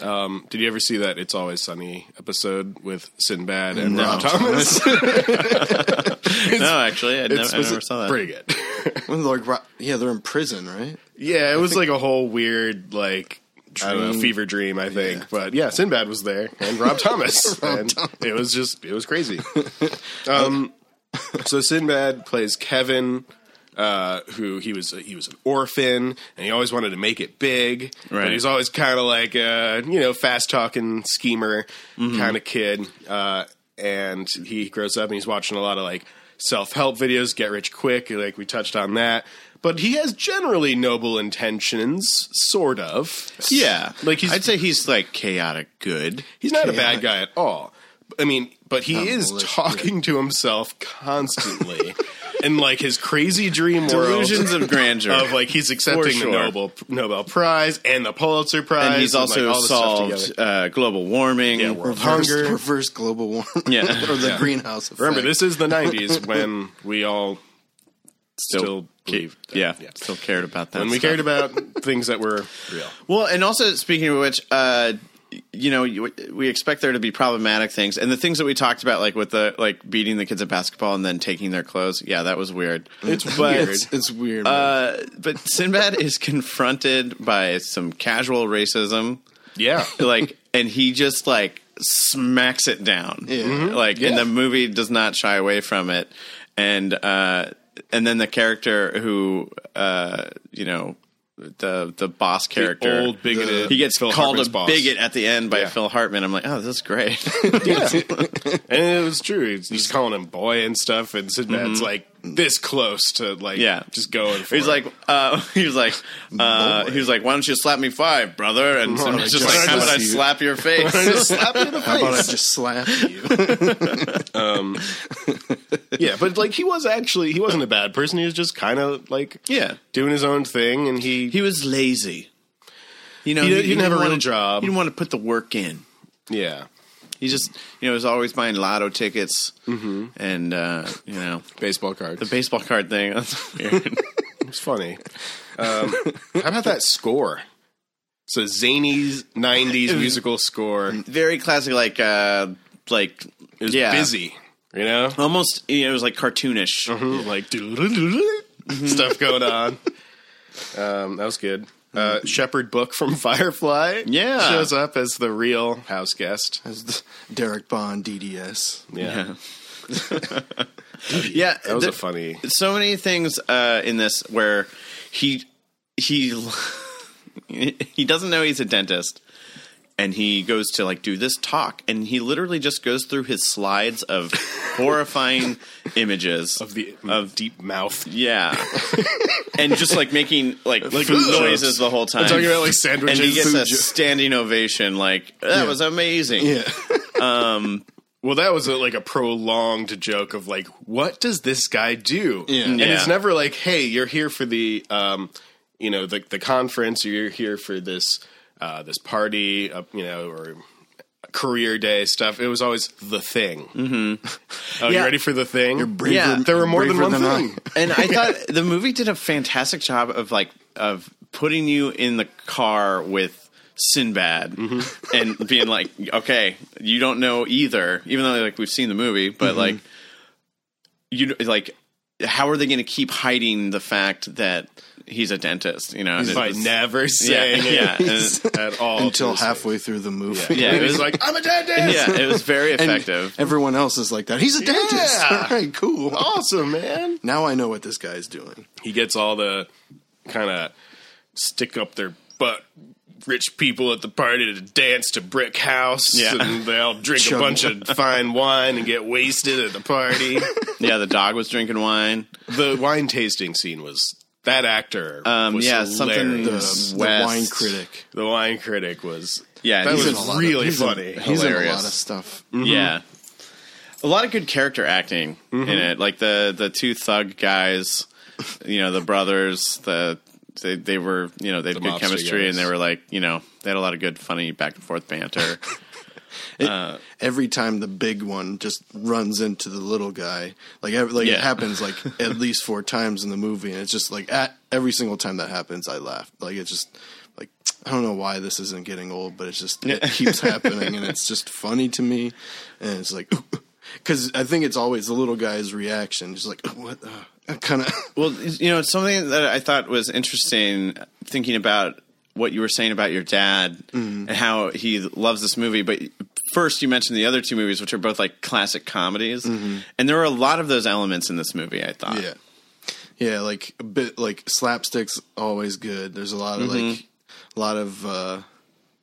C: Um, did you ever see that It's Always Sunny episode with Sinbad and <laughs> Rob Thomas?
D: <laughs>
B: <laughs> no, actually, I, never, I
C: was
B: never saw that.
C: Pretty good.
D: When they're, like, ro- yeah, they're in prison, right?
C: <laughs> yeah, it was like a whole weird, like, I don't know,
D: Dream.
C: fever dream, I think. But yeah, Sinbad was there and <laughs> Rob Thomas. and it was just, it was crazy. <laughs> Um, so Sinbad plays Kevin. Uh, who he was he was an orphan and he always wanted to make it big
B: Right.
C: but he's always kind of Oh, like a you know fast talking schemer
B: Mm-hmm.
C: kind of kid uh, and he grows up and he's watching a lot of like self-help videos get rich quick like we touched on that but he has generally noble intentions sort of
B: Yeah,
C: Like, he's-
B: I'd say he's like chaotic good.
C: He's not a bad guy at all. I mean, but he
D: Not
C: is
D: malicious.
C: talking to
B: <laughs>
C: himself constantly in like his crazy dream world
B: Illusions <laughs> of grandeur.
C: of like he's accepting
B: sure.
C: the Nobel Nobel Prize and the Pulitzer Prize,
B: and he's
C: like,
B: also
C: all this stuff
B: solved
C: together.
B: uh, global warming.
C: Yeah, world
D: Reverse,
C: hunger.
D: reverse global warming,
B: Yeah.
D: <laughs> or the greenhouse effect.
C: Remember, this is the '90s when we all
B: still,
C: still believed
B: <laughs>
C: that.
B: yeah,
C: Yeah.
B: still cared about that.
C: when we
B: stuff. <laughs>
C: cared about things that were real.
B: Well, and also speaking of which, uh, you know, you- we expect there to be problematic things, and the things that we talked about, like with the like beating the kids at basketball and then taking their clothes. Yeah, that was <laughs> weird.
C: It's weird.
D: <laughs> it's, it's weird.
B: Uh, but Sinbad is confronted by some casual racism,
C: Yeah,
B: like, and he just like smacks it down. Mm-hmm.
D: Yeah. Mhm.
B: Like, and the movie does not shy away from it. And uh, and then the character who, uh, you know, the the boss character,
C: old bigoted.
B: he gets
C: Phil
B: called
C: Hartman's
B: a
C: boss.
B: bigot at the end by
C: Yeah.
B: Phil Hartman. I'm like, oh, this is
D: <laughs>
B: great.
C: And it was true. He's, he's calling him boy and stuff, and Sinbad's like this close to like
B: Mm-hmm. Yeah.
C: just going. For
B: He's
C: it.
B: like, uh, <laughs> he was like, uh, he was like, why don't you slap me five, brother? And so I'm
D: I
B: just
D: just
B: like, how would I slap
D: slap you?" <laughs>
B: your face?
D: How about I just slap you?
C: yeah, but like he was actually he wasn't a bad person. He was just kind of like
B: <laughs> yeah,
C: doing his own thing, and he,
B: he was lazy. You know,
C: He didn't- he didn't have a real
B: wanna-
C: job.
B: He didn't want to put the work in.
C: yeah,
B: He just, you know, was always buying lotto tickets and uh, you know
C: baseball card.
B: the baseball card thing. <laughs> That's weird. <laughs>
C: It's funny. Um, how about that score? So zany '90s musical score. It
B: Very classic, like, uh, like it
C: was
B: yeah,
C: busy, you know,
B: Almost, you know, it was like cartoonish.
C: like doodle-doodle-doodle stuff going on. Um, that was good. Uh, Shepherd Book from <laughs> Firefly,
B: Yeah.
C: shows up as the real house guest. <laughs>
D: As the- Derek Bond, DDS.
C: Yeah.
B: yeah,
C: That was
B: the-
C: a funny.
B: so many things uh, in this where he he <laughs> he doesn't know he's a dentist and he goes to like do this talk and he literally just goes through his slides
C: <laughs>
B: of horrifying images
C: Of the
B: of
C: deep mouth. <laughs>
B: yeah and just like making like, food
C: Like food
B: noises
C: jokes.
B: the whole time
C: I'm talking about like
B: and
C: sandwiches.
B: he gets
C: food
B: a
C: jo-
B: standing ovation like that was amazing
D: Yeah.
C: well, that was a, like a prolonged joke of like, what does this guy do?
D: Yeah.
C: And
B: Yeah.
C: it's never like, hey, you're here for the, um, you know, the the conference, or you're here for this uh, this party, uh, you know, or career day stuff. It was always the thing. Mm-hmm. <laughs> oh,
B: Yeah.
C: you ready for the thing? You're
D: braver-
B: Yeah.
C: There were more than
D: braver
C: one
D: than I.
C: thing.
B: and I thought the movie did a fantastic job of like of putting you in the car with Sinbad and being like, okay, you don't know either, even though like we've seen the movie, but like you like how are they going to keep hiding the fact that he's a dentist? You know, and it <laughs>
C: By
B: was-
C: never
B: yeah,
C: saying
B: <laughs> yeah, and-
C: it at all
D: Until
C: to this
D: halfway through the movie.
B: yeah,
C: guy.
B: it
C: He's
B: was
C: like, I'm a dentist.
B: yeah, it was very
D: <laughs> And
B: effective.
D: everyone else is like that. He's a dentist. <laughs>
C: Yeah.
D: All right, cool.
C: <laughs> Awesome, man.
D: Now I know what this guy's doing.
C: he gets all the kind of stick up their butt rich people at the party to dance to brick house
B: Yeah.
C: and they all drink
D: Chug.
C: a bunch of fine wine and get wasted at
B: <laughs>
C: the party
B: yeah, the dog was drinking wine.
C: the wine tasting scene was that actor
B: Um,
C: was
B: yeah, something
C: hilarious.
D: The,
B: West.
D: the wine critic.
C: the wine critic was
B: Yeah,
C: that
B: he's
D: in a
C: was
D: lot of-
C: really
D: he's in-
C: funny
D: He's in a lot
B: Hilarious.
D: of stuff.
C: Mm-hmm.
B: Yeah. A lot of good character acting in it. Like the the two thug guys, you know, the brothers, the they they were, you know, they had
C: The
B: good
C: mobster
B: chemistry and
C: guys.
B: they were like, you know, they had a lot of good funny back and forth
C: <laughs>
B: banter.
D: Every time the big one just runs into the little guy, like ev- like
B: Yeah.
D: it happens
B: <laughs>
D: like at least four times in the movie, and it's just like at every single time that happens, I laugh. Like it's just like I don't know why this isn't getting old, but it's just it
B: <laughs>
D: keeps happening, and it's just funny to me, and it's like <laughs> because I think it's always the little guy's reaction, just like what <laughs> uh, kind of.
B: well, you know, something that I thought was interesting thinking about what you were saying about your dad
C: Mm-hmm.
B: and how he loves this movie, but first you mentioned the other two movies which are both like classic comedies.
C: Mm-hmm.
B: And there were a lot of those elements in this movie, I thought.
D: Yeah. Yeah, like a bit like slapstick's always good. There's a lot of
B: Mm-hmm.
D: like a lot of uh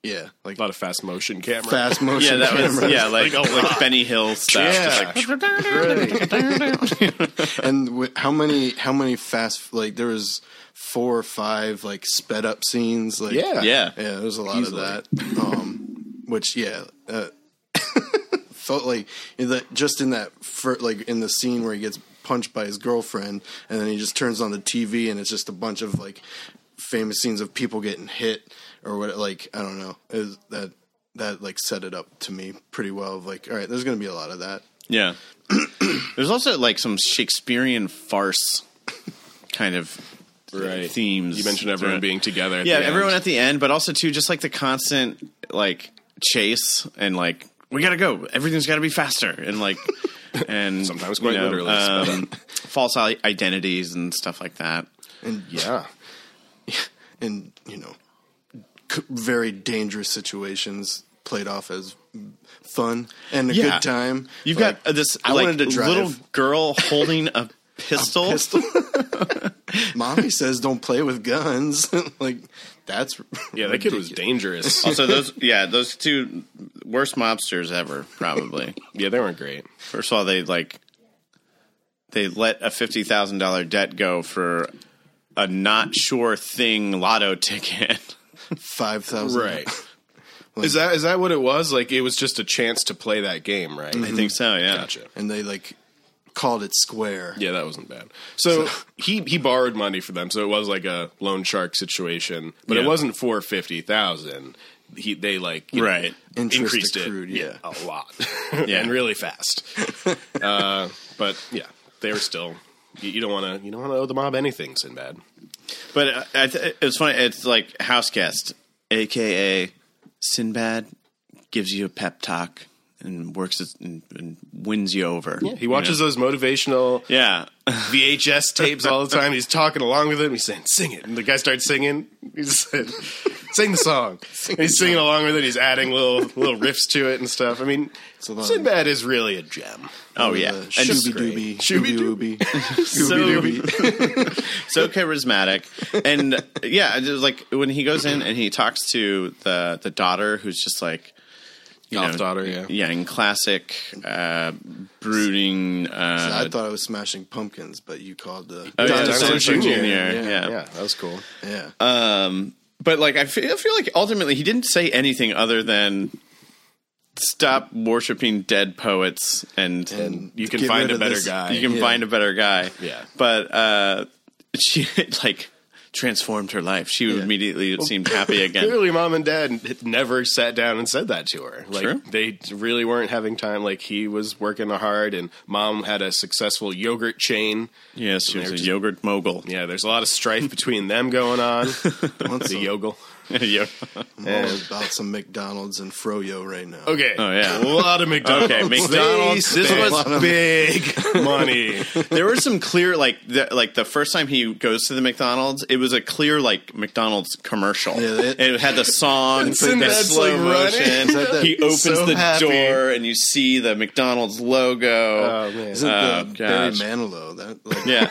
D: yeah, like
C: a lot of fast motion camera
D: fast
B: <laughs>
D: motion
B: Yeah, that
D: cameras.
B: was yeah, like
C: Like
B: like,
C: a lot.
B: Benny Hill stuff. Just like,
D: And w- how many how many fast like there was four or five like sped up scenes like
C: Yeah.
B: yeah,
D: Yeah, there was a lot of that. Um, which yeah, uh, <laughs> felt like in that just in that fir- like in the scene where he gets punched by his girlfriend, and then he just turns on the TV, and it's just a bunch of like famous scenes of people getting hit or what. Like I don't know It was- that that like set it up to me pretty well. Of like, all right, there's gonna be a lot of that.
B: yeah. <clears throat> There's also like some Shakespearean farce kind of
C: right
B: themes.
C: you mentioned everyone
B: throughout.
C: being together at
B: yeah,
C: the end.
B: everyone at the end, but also too just like the constant like chase and like we gotta go, everything's gotta be faster and <laughs> like and
C: Sometimes
B: you
C: quite literally, sped
B: um, false i- identities and stuff like that.
D: And
C: yeah
D: and you know c- very dangerous situations played off as fun and a
B: Yeah.
D: good time.
B: You've
D: Like,
B: got uh, this
D: I
B: like
D: wanted to drive.
B: little girl holding <laughs> a pistol.
D: pistol. <laughs> Mommy says don't play with guns. <laughs> like that's
C: yeah that kid
B: <laughs>
C: was dangerous
B: Also, those yeah, those two worst mobsters ever, probably.
C: yeah they weren't great
B: First of all, they like they let a fifty thousand dollar debt go for a not sure thing lotto <laughs> ticket.
D: five thousand.
C: right is that is that what it was like it was just a chance to play that game right
B: I think so. Yeah.
C: gotcha
D: And they like called it square.
C: yeah that wasn't bad so he he borrowed money for them so it was like a loan shark situation but
B: Yeah.
C: it wasn't for 50000 he they like you know,
B: Right.
D: Interest
C: increased
D: accrued,
C: it
D: yeah.
C: a lot
B: Yeah.
C: and really fast uh, but yeah they were still you, you don't want to you don't want to owe the mob anything sinbad
B: But uh, I th- it was funny. It's like house guest, aka Sinbad, gives you a pep talk and works it and, and wins you over.
C: he watches those motivational
B: Yeah.
C: VHS tapes all the time. He's talking along with him. He's saying, "Sing it," and the guy starts singing. He said, Sing the song. And he's singing along with it. He's adding little little riffs to it and stuff. I mean,
D: a lot of-
C: Sinbad is really a gem.
B: Oh
D: <laughs>
B: yeah,
D: Uh,
B: and just
D: Shooby
B: great.
C: Shooby
D: dooby, shooby
B: <laughs>
D: dooby,
B: So-
D: shooby dooby.
B: so charismatic and yeah it was like when he goes in and he talks to the the daughter who's just like
D: <laughs>
B: you
C: Goth
B: know,
C: daughter, yeah.
B: yeah in classic uh brooding uh
D: I thought I was smashing pumpkins, but you called the.
B: oh, yeah,
C: Dinosaur
B: Dinosaur
C: Jr.,
B: Jr.
D: yeah,
B: yeah.
C: Yeah, that was cool.
D: yeah.
B: Um, but like I feel, I feel like ultimately he didn't say anything other than stop worshiping dead poets and,
D: And
B: you can
D: get
B: find
D: rid
B: a
D: of
B: better
D: this-
B: guy.
D: yeah.
B: You can find a better guy.
C: Yeah.
B: But uh, <laughs> she like transformed her life. She immediately seemed
D: <laughs>
B: happy again.
C: Clearly, mom and dad n- never sat down and said that to her. Like
B: Sure.
C: they really weren't having time. Like he was working hard, and mom had a successful yogurt chain.
B: yes, she was a
C: just-
B: yogurt mogul.
C: Yeah, there's a lot of strife between them going on.
D: <laughs> Once
C: the
D: a-
C: yogle.
B: <laughs> Yo-
D: I'm all about some McDonald's and froyo right now.
C: Okay.
B: Oh, yeah.
C: A lot of McDonald's.
B: Okay, McDonald's.
C: They
B: This
C: spent
B: was <laughs>
C: big money.
B: there were some clear like the, like the first time he goes to the McDonald's, it was a clear like McDonald's commercial.
D: Yeah, that-
B: it had the song,
C: in
B: the
C: that,
B: slow
C: like, running.
B: motion.
D: Is that that-
B: he opens
C: So
B: the
C: happy.
B: door and you see the McDonald's logo.
C: Oh man.
D: Isn't
B: Oh,
D: the Barry
B: gosh.
D: Manilow that? Like,
B: yeah,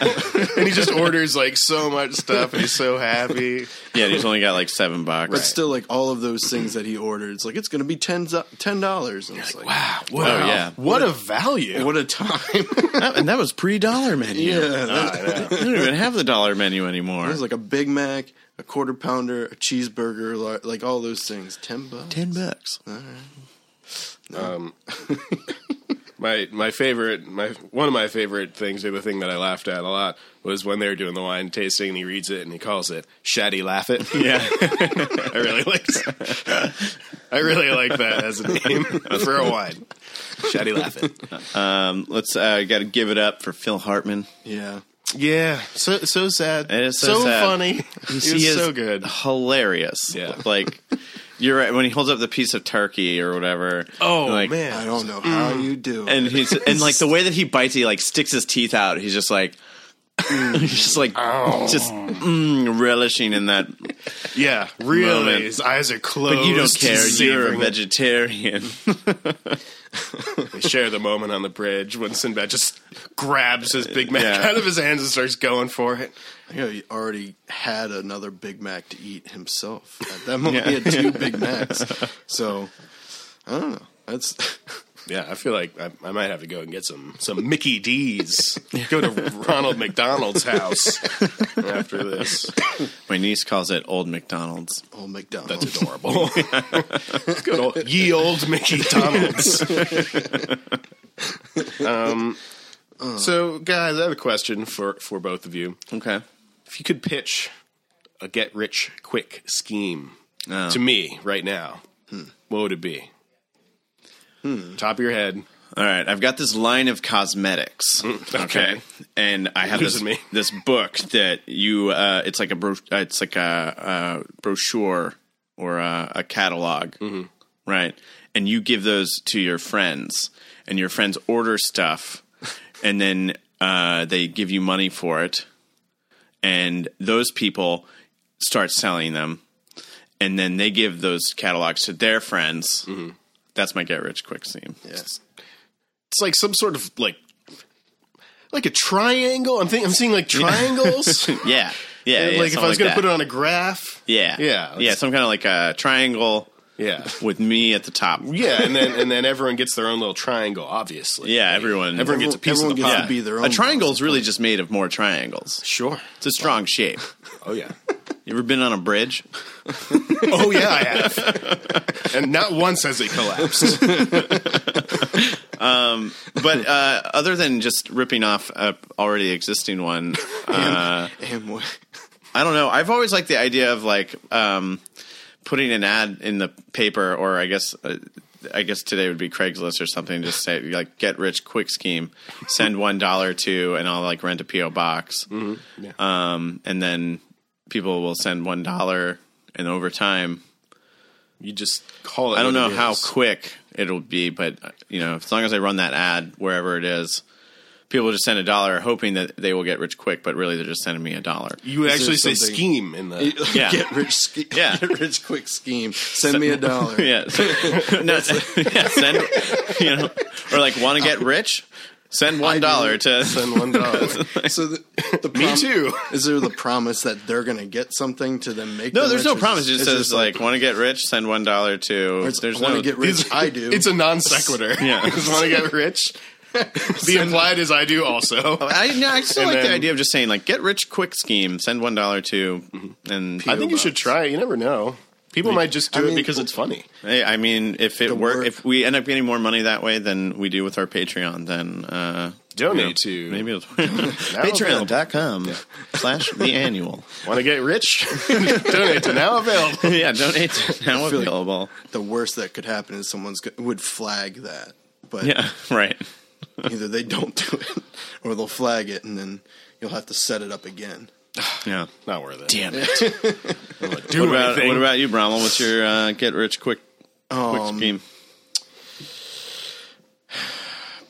C: <laughs> and he just orders like so much stuff, and he's so happy.
B: yeah. He's only got like seven bucks.
D: But still, like all of those things that he ordered, it's like it's going to be ten dollars. And it's like,
C: Wow.
B: Oh, yeah.
C: What a value.
D: what a time!
B: That- and that was pre-dollar menu.
D: yeah, that,
B: They don't even have the dollar menu anymore.
D: it was like a Big Mac, a quarter pounder, a cheeseburger, li- like all those things. Ten bucks.
B: ten bucks.
C: My my favorite my one of my favorite things, or the thing that I laughed at a lot, was when they were doing the wine tasting and he reads it and he calls it Shatty Laugh It.
B: Yeah,
C: <laughs> I really like I really like that as a name <laughs> for a wine. Shatty Laugh It.
B: um, let's uh, got to give it up for Phil Hartman.
D: Yeah,
C: Yeah. So so sad.
B: It is so sad.
C: funny. He's
B: He is
C: so good.
B: hilarious.
C: Yeah.
B: like you're right when he holds up the piece of turkey or whatever.
C: Oh
B: like,
C: man.
D: I don't know how you do. it.
B: mm. and he's and like the way that he bites, he like sticks his teeth out. He's just like, <laughs> he's just like, just mm, relishing in that.
C: Yeah, really.
B: Moment.
C: His eyes are closed.
B: But you don't care. You're a
C: Savoring it.
B: vegetarian.
C: They share the moment on the bridge when Sinbad just grabs his Big Mac
B: Yeah.
C: out of his hands and starts going for it.
D: I think he already had another Big Mac to eat himself.
B: <laughs>
D: At that moment, he had two Big Macs. So I don't know. That's
C: Yeah, I feel like I, I might have to go and get some some Mickey D's. go to Ronald McDonald's house after this.
B: <laughs> My niece calls it Old McDonald's.
D: old McDonald's. <laughs>
C: That's adorable. Let's go to old, ye old Mickey <laughs> Donald's. um, so, guys, I have a question for for both of you.
B: Okay.
C: if you could pitch a get rich quick scheme
B: Oh. Hmm.
C: to me right now, what would it be? Top of your head.
B: All right. I've got this line of cosmetics.
C: Mm, okay.
B: And I have this
C: Losing me.
B: this book that you. Uh, it's like a bro- uh, it's like a, a brochure or a, a catalog,
C: Mm-hmm.
B: right? And you give those to your friends, and your friends order
C: <laughs>
B: stuff, and then uh, they give you money for it, and those people start selling them, and then they give those catalogs to their friends.
C: Mm-hmm.
B: That's my get rich quick scene.
C: It's like some sort of like like a triangle. I'm thinking I'm seeing
B: <laughs>
C: like triangles.
B: Yeah. Yeah, yeah,
C: like if I
B: something
C: was gonna
B: that.
C: put it on a graph.
B: Yeah.
C: Yeah.
B: Yeah. Some kind of like a triangle
C: Yeah.
B: with me at the top.
C: Yeah, and then and then everyone gets their own little triangle, obviously.
B: Yeah. Everyone.
C: Everyone gets a piece
D: Everyone
C: of the
D: gets
C: pie.
D: to be their own.
B: A triangle is really just made of more triangles.
C: Sure.
B: It's a strong
C: <laughs>
B: shape.
C: Oh yeah.
B: You ever been on a bridge?
C: Oh yeah, I have. and not once has
B: <laughs>
C: it collapsed.
B: But uh, other than just ripping off a already existing one, uh,
D: Amway.
B: I don't know. I've always liked the idea of like um, putting an ad in the paper, or I guess. Uh, I guess today would be Craigslist or something. Just say like get rich quick scheme, send one dollar to, and I'll like rent a PO box. Um, and then people will send one dollar, and over time,
C: You just call it.
B: I don't
C: what
B: know
C: it
B: how
C: is.
B: uh, quick it'll be, but you know, as long as I run that ad wherever it is, people just send a dollar hoping that they will get rich quick, but really they're just sending me a dollar.
C: You actually say
D: something-
C: scheme in the.
B: <laughs> Yeah.
D: Get rich,
B: <laughs>
D: ske-
B: Yeah.
D: get rich quick scheme. Send me a
B: <laughs>
D: dollar.
B: Yeah. no, <laughs> yeah, send, you know, or like want to get rich? Send one dollar to.
D: <laughs> Send one dollar. so the, the
C: Me
D: prom-
C: too.
D: Is there the promise that they're going to get something to then
B: <laughs>
D: make?
B: no,
D: them
B: there's
D: rich?
B: no
D: It's
B: promise. It
D: it's
B: just says like, want to get rich? Send one dollar to.
D: it's,
B: there's
D: I want
B: no.
D: to get rich. I do.
C: It's a non sequitur.
B: Yeah.
C: <laughs> Just want to get rich. the implied is I do also.
B: <laughs> I, no, I still
C: And
B: like the
C: then-
B: idea of just saying like get rich quick scheme. Send one dollar to, and
C: I think you should try. it. You never know. People might just do
D: I
C: it
D: mean-
C: because it's funny.
B: Hey, I mean, if it
D: The
B: work,
D: work.
B: if we end up getting more money that way than we do with our Patreon, then uh,
C: Donate
B: you
C: to-
B: know, maybe it'll patreon.com slash the annual.
C: Want to get rich? <laughs> Donate to
B: <laughs>
C: now available.
B: yeah, donate to now available.
D: the worst that could happen is someone's go- would flag that, but
B: Yeah, right.
D: either they don't do it <laughs> or they'll flag it, and then you'll have to set it up again.
B: Yeah.
C: Not worth
B: <laughs>
C: it.
B: Damn it.
C: Do
B: What about,
C: anything.
B: what about you, Bromwell? What's your uh, get rich quick
D: Um,
B: quick scheme?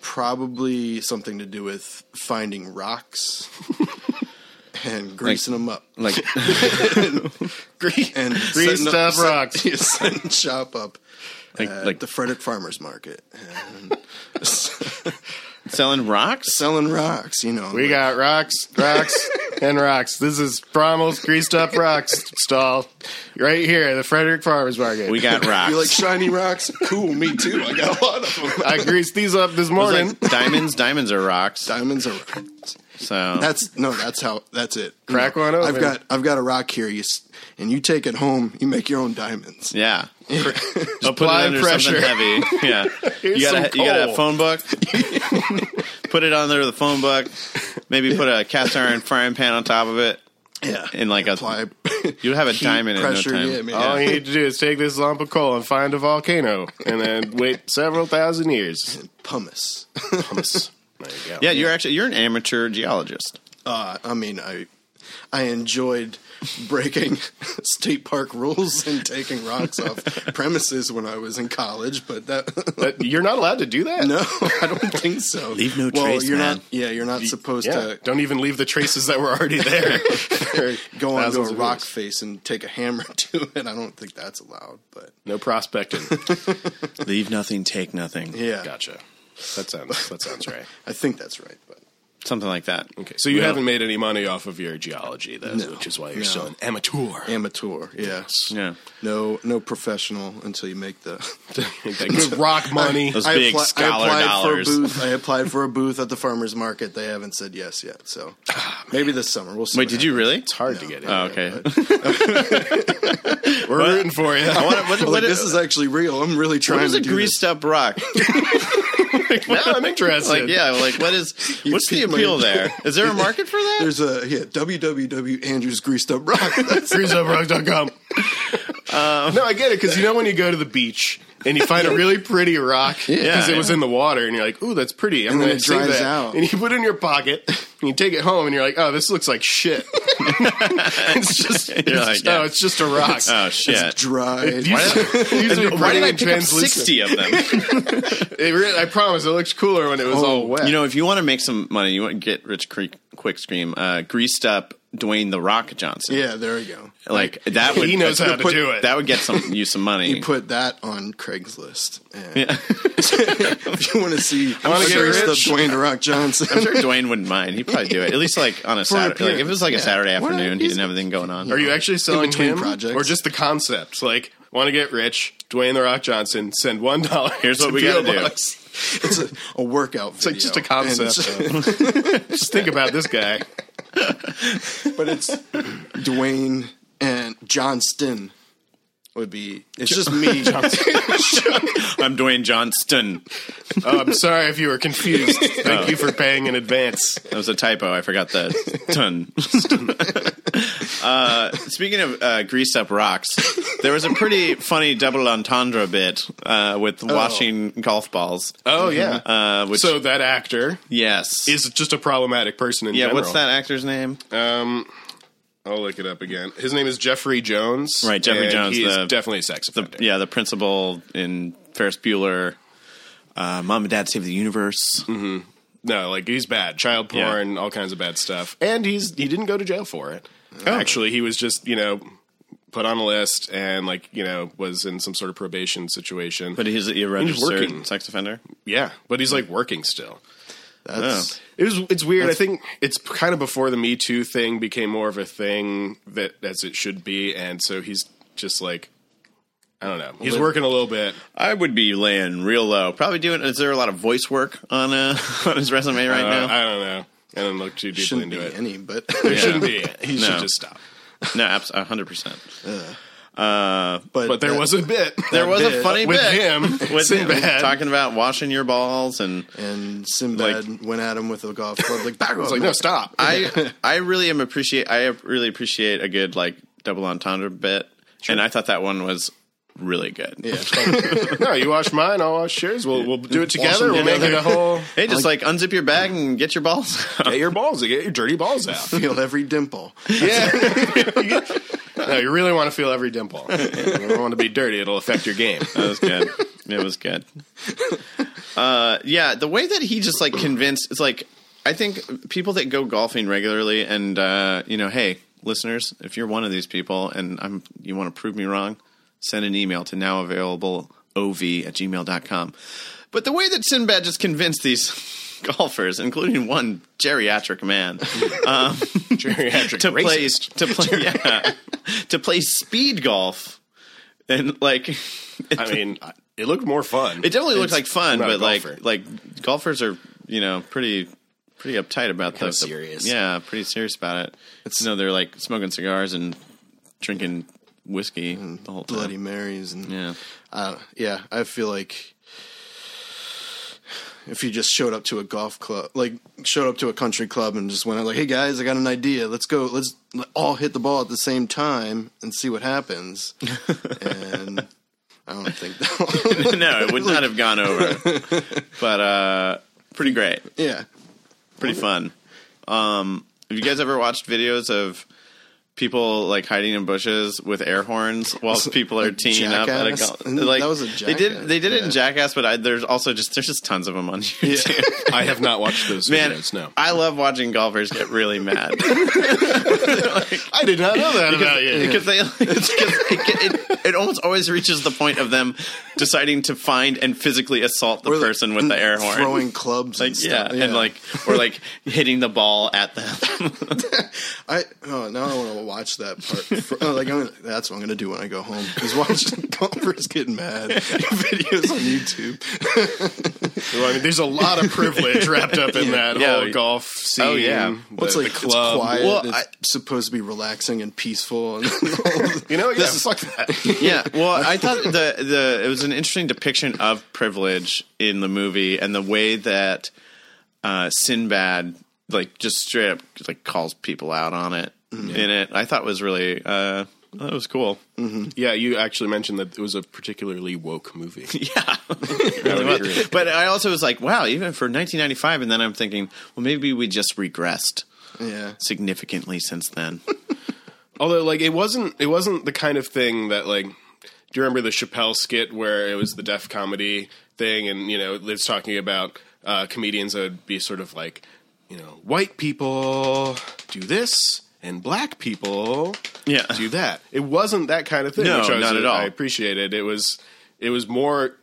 D: Probably something to do with finding
C: <laughs>
D: rocks and greasing them up. <laughs>
B: Like
C: <laughs>
D: and
C: Grease
D: setting
C: up
D: set-
C: rocks.
D: <laughs> yeah, setting shop up
B: like
D: at
B: like
D: Uh, the Frederick
C: <laughs>
D: Farmers Market and
B: selling rocks?
D: selling rocks. You know,
C: We
D: like,
C: got rocks, rocks, and rocks. This is Bromel's greased up rocks stall right here, the Frederick Farmers Market.
B: We got rocks.
D: <laughs> you like
C: <laughs>
D: shiny rocks. cool, me too. I got <laughs>
B: <laughs>
D: a lot of them.
C: I greased these up this
B: It's
C: morning.
B: like diamonds, diamonds are rocks.
D: Diamonds are rocks.
B: So
D: That's no. That's how. That's it. You
C: Crack
D: know,
C: one open.
D: I've got. I've got a rock here. You s- and you take it home. You make your own diamonds.
B: yeah.
C: Apply
B: under
C: pressure.
B: something heavy. Yeah.
C: Here's
B: you got
C: some
B: a, you got
C: coal.
B: a phone
D: <laughs>
B: book. put it on there with a phone book. Maybe put a cast iron frying pan on top of it.
D: <laughs> Yeah.
B: In like a
D: Apply
B: you'll have a
D: heat,
B: diamond in no
D: pressure.
B: time. Oh.
D: Yeah, man.
C: All you need to do is take this lump of coal and find a volcano, and then wait several thousand years.
D: pumice.
C: Hummus. There you go.
B: Yeah, you're actually you're an amateur geologist.
D: Uh, I mean, I. I enjoyed breaking <laughs> state park rules and taking rocks
B: <laughs>
D: off premises when I was in college, but that <laughs>
C: But you're not allowed to do that.
D: No, I don't think so.
B: Leave no
D: well,
B: trace,
D: You're
B: man.
D: not. Yeah, you're not supposed
C: Yeah.
D: to
C: uh, Don't even leave the traces that were already <laughs> there.
D: go onto
C: Thousands
D: a
C: of
D: rock
C: years.
D: face and take a hammer <laughs> to it. I don't think that's allowed. But
C: No prospecting.
B: Leave nothing, take nothing.
D: yeah,
C: Gotcha. That sounds that sounds right.
D: I think that's right. But
B: Something like that.
C: Okay, so you
B: Well-
C: haven't made any money off of your geology, though, which is why you're
D: No.
C: still an amateur.
D: amateur. Yeah.
B: Yeah.
D: No, no professional until you make the. <laughs>
C: Good
B: <laughs>
C: rock money.
B: Those big
D: appli-
B: scholar
D: applied
B: dollars.
D: For a booth, I applied for a booth at the farmers market. They haven't said yes yet, so maybe this summer we'll
B: Ah,
D: see.
B: Wait,
D: what
B: did you
D: happens.
B: really?
C: It's hard to get in.
B: Oh, okay.
C: We're rooting
B: <laughs>
C: for you. <laughs>
B: I wanna- what,
D: I'm
B: what
D: like,
B: is-
D: this is actually real. I'm really trying
B: what is
D: to
B: a
D: do this.
B: greased up rock?
C: now I'm interested.
B: Like, yeah, like what is what's the
D: peed my-
B: appeal there? Is there a market for that?
D: There's a yeah, www Andrews greased up
B: <laughs>
D: rock. That's
C: FreezeUpRock.com.
B: Um,
C: no, I get it because you know when you go to the beach and you find a really pretty rock because it was in the water and you're like, "Ooh, that's pretty." I'm
D: And then
C: gonna
D: it
C: save
D: dries
C: that.
D: out.
C: And you put it in your pocket and you take it home and you're like, "Oh, this looks
B: <laughs>
C: like shit." it's just, it's,
B: You're like,
C: no,
B: yeah.
C: it's just a rock.
B: oh shit!
D: dry.
C: These are
B: Why
C: pretty
B: did I
C: and
B: pick up
C: translucent.
B: sixty of them?
C: It really, I promise, it looks cooler when it
B: Oh,
C: was all wet.
B: You know, if you want to make some money, you want to get rich quick, quick scream. Uh, greased up Dwayne the Rock Johnson.
D: <laughs> Yeah, there you go.
B: like that would
C: He knows how to
B: put-
C: do it.
B: That would get some you some money.
D: You put that on Craigslist. And <laughs> if you want
B: <laughs>
D: to see
C: wanna get
D: Greased
C: rich?
D: up Dwayne The Rock
B: I'm
D: Johnson,
B: sure Dwayne wouldn't mind. He'd probably do it at least like
C: <laughs>
B: on a Saturday. Like if it was like a Saturday
D: Why not?
B: afternoon, he
D: He's-
B: didn't have anything going on.
C: Are you actually selling
D: between
C: him,
D: projects.
C: or just the concept? Like, want to get rich? Dwayne the Rock Johnson, send one dollar.
B: Here's what we gotta do.
D: it's a, a workout
C: It's like
D: video.
C: just a
D: And
C: concept.
D: it's-
C: though. just think about this guy.
D: but it's Dwayne and Johnston would be. It's
C: <laughs>
D: just me.
B: I'm Dwayne Johnston.
C: Oh, I'm sorry if you were confused. Thank you for paying in advance.
B: That was a typo. I forgot the
C: <laughs>
B: ton. uh, speaking of uh, greased up rocks, there was a pretty funny double entendre bit uh, with washing golf balls.
C: Oh yeah.
B: Uh, which
C: Oh. so that actor
B: yes,
C: is just a problematic person in
B: yeah.
C: general.
B: What's that actor's name?
C: I'll look it up again. His name is Jeffrey Jones.
B: Right, Jeffrey
C: and
B: Jones,
C: He is
B: the-
C: definitely a sex offender.
B: yeah, the
C: Mm.
B: principal in Ferris Bueller, uh, Mom and Dad Save the Universe. Mm-hmm.
C: No, like he's bad. Child
B: Yeah.
C: porn, all kinds of bad stuff. And he's he didn't go to jail for it.
B: Oh.
C: Actually, he was just, you know, put on a list and like, you know, was in some sort of probation situation.
B: But he's a
C: working.
B: registered sex offender. Oh.
C: yeah, but he's like working still.
D: That's
C: It was it's weird. I think it's kind of before the Me Too thing became more of a thing that as it should be and so he's just like I don't know. He's working a little bit.
B: I would be laying real low. Probably doing. Is there a lot of voice work on uh, <laughs> on his resume right
C: Uh,
B: now?
C: I don't know. I don't look too deeply
D: shouldn't
C: into
D: be
C: it. <laughs>
D: any, but
C: There shouldn't be. He should
B: No.
C: just stop.
B: no, abs- a hundred percent.
C: But there
D: that-
C: was a bit.
B: There was a
D: bit
B: funny
C: with
B: bit
C: him.
B: with
C: Sinbad.
B: talking about washing your balls
C: <laughs>
B: and.
D: and Sinbad went at him with a golf club like back
C: It's
D: off. <laughs>
C: like, no, stop.
B: I I really am appreciate. I really appreciate a good like double entendre bit, and I thought that one was really good.
D: yeah.
C: no, you wash mine, I'll wash yours. We'll we'll do it together.
D: them
C: We'll make it
D: together.
C: a whole
B: Hey, just like, unzip your bag and get your balls. <laughs> out.
C: get your balls, get your dirty balls out.
D: Feel every dimple.
B: <laughs>
C: Yeah. no, you really want to feel every dimple. You don't want to be dirty. It'll affect
B: <laughs>
C: your game.
B: That was good. It was good. Uh, yeah, the way that he just like convinced, it's like I think people that go golfing regularly, and uh, you know, hey, listeners, if you're one of these people, and I'm you want to prove me wrong, send an email to now available ov at gmail.com. But the way that Sinbad just convinced these <laughs> golfers, including one geriatric man, um,
C: Geriatric
B: to play
C: racist.
B: to play <laughs> yeah, to play speed golf, and like
C: I mean, it looked more fun.
B: it definitely looked like fun,
C: I'm not a
B: but like
C: golfer.
B: like golfers are you know pretty pretty uptight about that.
D: serious.
B: yeah, pretty serious about it. It's, you know they're like smoking cigars and drinking whiskey the whole time.
D: Bloody Marys and
B: Yeah,
D: I don't- yeah, I feel like if you just showed up to a golf club, like showed up to a country club and just went out like, "Hey guys, I got an idea. Let's go. Let's all hit the ball at the same time and see what
B: <laughs>
D: happens." and I don't think that.
B: <laughs> no, it would not have gone over, but uh, pretty great,
D: <laughs> yeah,
B: pretty fun. Um, have you guys ever watched videos of? People like hiding in bushes with air horns whilst people are teeing up at a
D: Jackass?
B: golf. Like,
D: That was a
B: They did. They did it in Jackass,
D: Jackass,
B: but I, there's also just there's just tons of them on <laughs> YouTube.
C: <laughs> I have not watched those
B: Man,
C: videos. No,
B: I love watching golfers get really <laughs> mad
C: I did not know that about you.
B: because they <laughs> because it, it, it almost always reaches the point of them deciding to find and physically assault the
D: Or, like,
B: person with the air horn.
D: throwing clubs, and
B: <laughs> like yeah,
D: stuff.
B: and like or like hitting the <laughs> ball at them.
D: I oh now I want to watch that part. For, oh, like I'm gonna, that's what I'm gonna do when I go home. Is watch golfers get mad <laughs> videos on YouTube.
C: Well, I mean, there's a lot of privilege wrapped up in that
B: Yeah.
C: whole golf scene.
B: Oh, yeah.
D: What's
C: the,
D: like
C: the club?
D: It's quiet.
B: Well,
D: it's
B: I-
D: supposed to be relaxing and peaceful. And <laughs>
C: You know, yeah, fuck that.
B: yeah, well, <laughs> I thought the the it was an interesting depiction of privilege in the movie and the way that uh, Sinbad like just straight up like calls people out on it in it. I thought was really uh, that was cool.
C: <laughs> yeah, you actually mentioned that it was a particularly woke movie.
B: <laughs> Yeah. but I also was like, wow, even for 1995. And then I'm thinking, well, maybe we just regressed
D: yeah,
B: significantly since then.
C: Although, like, it wasn't it wasn't the kind of thing that like. Do you remember the Chappelle skit where it was the deaf comedy thing, and you know, it's talking about uh, comedians that would be sort of like, you know, white people do this and black people
B: Yeah.
C: do that. It wasn't that kind of thing.
B: No,
C: which I was-
B: not at all.
C: I appreciated it. Was it was more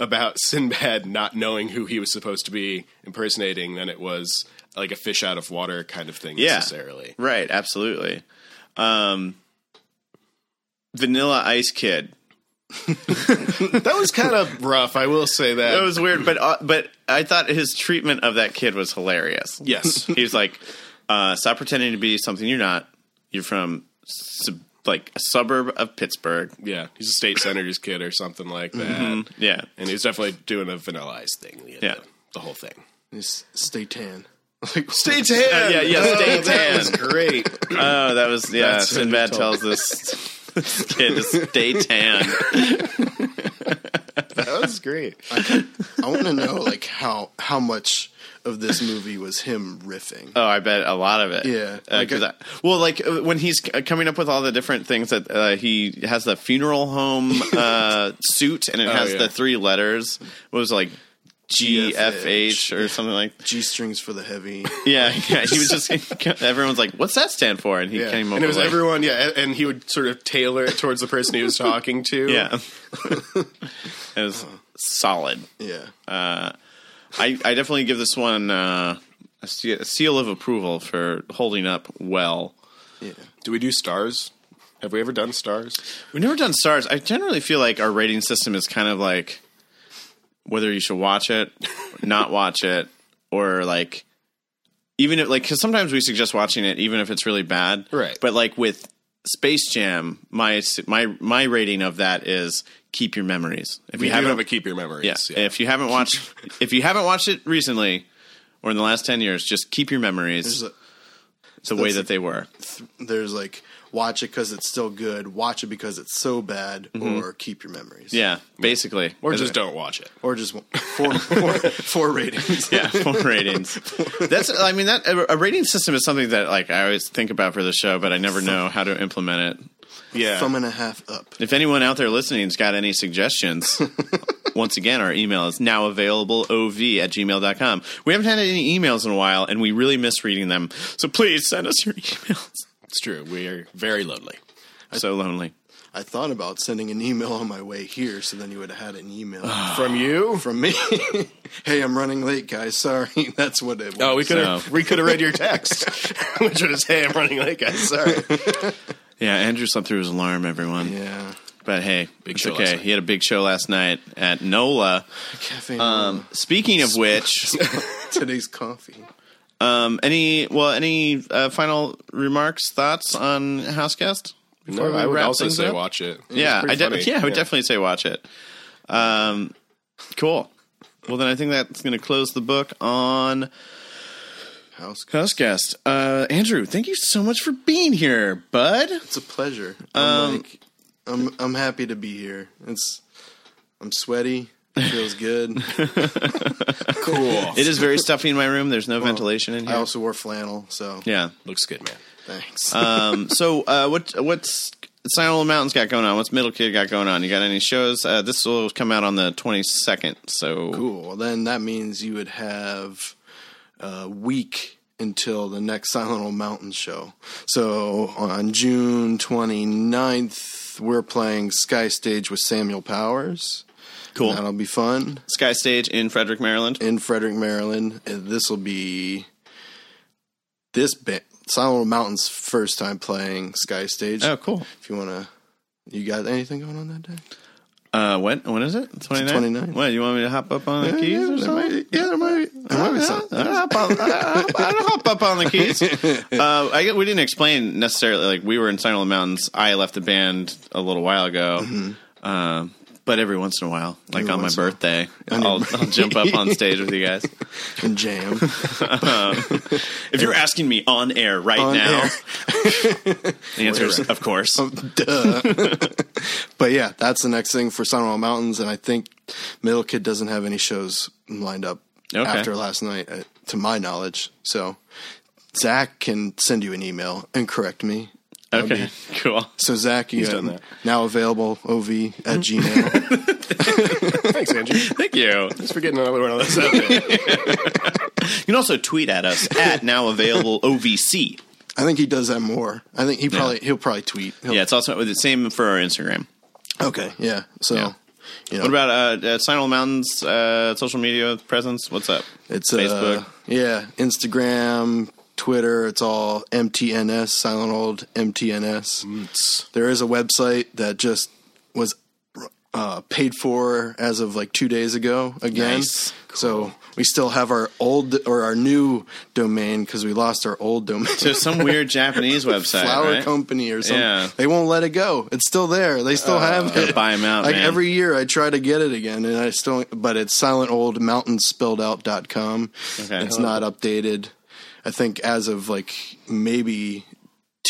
C: about <laughs> Sinbad not knowing who he was supposed to be impersonating than it was like a fish out of water kind of thing
B: Yeah.
C: necessarily.
B: right. Absolutely. Um, Vanilla Ice Kid.
C: That was kind of rough, I will say that.
B: That was weird, but uh, but I thought his treatment of that kid was hilarious.
C: yes.
B: he was like, uh, "Stop pretending to be something you're not. You're from sub- like a suburb of Pittsburgh."
C: <laughs> Yeah, he's a state senator's kid or something like that.
B: Yeah,
C: And he's definitely doing a vanillized thing. you know,
B: Yeah.
C: The whole thing.
D: just stay tan. <laughs>
C: Stay tan.
B: Uh, yeah, yeah,
C: <laughs>
B: stay tan.
C: That was great.
B: Oh, that was yeah.
C: That's what he
B: Sinbad
C: told
B: tells this this kid to stay tan.
C: <laughs> That was great.
D: I want to know like how how much of this movie was him
C: Uh,
D: riffing.
B: Oh, I bet a lot of it.
D: Yeah.
B: Uh,
D: Like,
B: 'cause
D: I-
B: I- well, like uh, when he's uh, coming up with all the different things that uh, he has
C: <laughs>
B: the funeral home uh, suit, and it has
C: Oh, yeah.
B: the three letters. What was it, like GFH or something like.
D: G strings for
C: <laughs>
D: the heavy.
B: Yeah, yeah. He was just <laughs> everyone's like, "What's that stand for?" And he
D: Yeah.
B: came up
C: And it was
B: with like,
C: everyone, yeah, and, and he would sort of tailor it towards the person he was talking <laughs> to.
B: yeah, <laughs> it was
C: Uh-huh.
B: solid.
D: Yeah.
B: I, I definitely give this one uh, a, se- a seal of approval for holding up well.
D: yeah.
C: Do we do stars? Have we ever done stars?
B: We've never done stars. I generally feel like our rating system is kind of like whether you should watch it,
C: <laughs>
B: not watch it, or like even if like because sometimes we suggest watching it even if it's really bad,
C: Right.
B: But like with Space Jam, my s- my my rating of that is keep your memories. If
C: We
B: you
C: have
B: haven't,
C: have a keep your memories.
B: yeah,
C: yeah.
B: if you haven't watched if you haven't watched it recently or in the last ten years, just keep your memories
D: There's a-
B: the way that they were.
D: There's like watch it because it's still good, watch it because it's so bad,
C: Mm-hmm.
D: or keep your memories.
B: Yeah, basically,
C: or just don't watch it.
D: Or just one- four, <laughs> four, four ratings.
B: yeah, <laughs> four ratings. That's I mean that a rating system is something that like I always think about for the show, but I never know how to implement it.
C: Yeah.
D: Thumb and a half up.
B: If anyone out there listening's got any suggestions, once again, our email is now available ov at gmail.com. We haven't had any emails in a while, and we really miss reading them. So please send us your <laughs> emails.
C: It's true. We are very lonely.
B: So
D: <laughs>
B: lonely.
D: I thought about sending an email on my way here, so then you would have had an email
C: <sighs> From you?
D: from me. <laughs> hey, I'm running late, guys. Sorry. <laughs> That's what it was.
C: Oh, we could
B: So-
C: have we could have read your <laughs> text, which would say I'm running late, guys. Sorry.
B: <laughs> Yeah, Andrew slept through his alarm, everyone.
D: yeah.
B: But hey, it's
C: show last
B: okay.
C: night.
B: He had a big show last night at NOLA.
D: Caffeine.
B: Um, speaking of which,
D: <laughs> today's coffee.
B: Um, any well, any uh, final remarks, thoughts on House Guest? Before
C: No,
B: we
C: I would
B: wrap
C: also
B: things
C: say
B: up?
C: watch it.
B: Yeah,
C: It's
B: I
C: pretty
B: de-
C: funny.
B: yeah, I would definitely say watch it. Um, cool. Well, then I think that's going to close the book on
D: House. coffee.
B: House Guest. Uh, Andrew, thank you so much for being here, bud.
D: It's a pleasure.
C: Um,
D: I'm like, I'm, I'm happy to be here. It's, I'm sweaty. It feels good.
C: <laughs> Cool.
B: It is very stuffy in my room. There's no ventilation in
D: <laughs> I
B: here.
D: also wore flannel, so
B: yeah.
C: Looks good, man.
D: thanks.
B: Um, so uh, what what's Silent Mountains got going on? What's Middle Kid got going on? You got any shows? Uh, this will come out on the 22nd. So
D: cool. Well, then that means you would have a week until the next <laughs> Silent Hill Mountain show. So on June 29th, we're playing Sky Stage with Samuel Powers.
B: cool.
D: That'll be fun
B: Sky Stage in Frederick, Maryland.
D: in Frederick, Maryland. This will be this bit. Silent Hill Mountain's first time playing Sky Stage.
B: Oh, cool.
D: If you want to, you got anything going on that day?
B: Uh, what? When is it? 29?
D: 29.
B: What, you want me to hop up on the keys or
D: there might
B: something?
D: be- yeah, there might be, there might be something.
B: I'll hop, on, I'll, hop, I'll hop up on the
D: <laughs>
B: keys. Uh, I, we didn't explain necessarily. Like we were in Silent Hill Mountains. I left the band a little while ago, Um, but every once in a while, like on my
D: Mm-hmm. once in a while.
B: birthday, I'll, I'll jump up on stage with you
D: <laughs>
B: guys.
D: And jam.
B: If you're asking me on air right
D: On
B: now,
D: air.
B: <laughs>
D: Oh,
B: the answer is of course.
D: But yeah, that's the next thing for Sunwell Mountains, and I think Middle Kid doesn't have any shows lined up
B: Okay.
D: after last night, uh, to my knowledge. So Zach can send you an email and correct me.
B: Okay, cool.
D: So Zach, you
C: done
D: are
C: that.
D: now available ov at
B: <laughs>
D: gmail.
C: Thanks, Andrew.
B: Thank you.
C: Thanks for getting another one of those <laughs> out there.
B: You can also tweet at us
D: <laughs>
B: at now available OVC.
D: I think he does that more. I think he probably he'll probably tweet. He'll-
B: Yeah, it's also the same for our Instagram.
D: Okay. Yeah. So
B: Yeah.
D: you know,
B: What about uh, uh Signal Mountains uh, social media presence? What's up?
D: It's
B: Facebook.
D: Uh, yeah, Instagram, Twitter. It's all MTNS, Silent Old MTNS. There is a website that just was uh, paid for as of like two days ago again.
B: Nice.
D: So we still have our old or our new domain because we lost our
B: <laughs>
D: old domain.
B: to some
D: <laughs>
B: weird Japanese website.
D: Flower
B: right?
D: company or something.
B: Yeah. Uh,
D: They won't let it go. It's still there. They still have
B: gotta
D: it.
B: buy 'em out,
D: Like
B: man.
D: every year, I try to get it again, and I still. But it's silent old mountain spelled out dot com.
B: Okay.
D: It's not updated. I think as of like maybe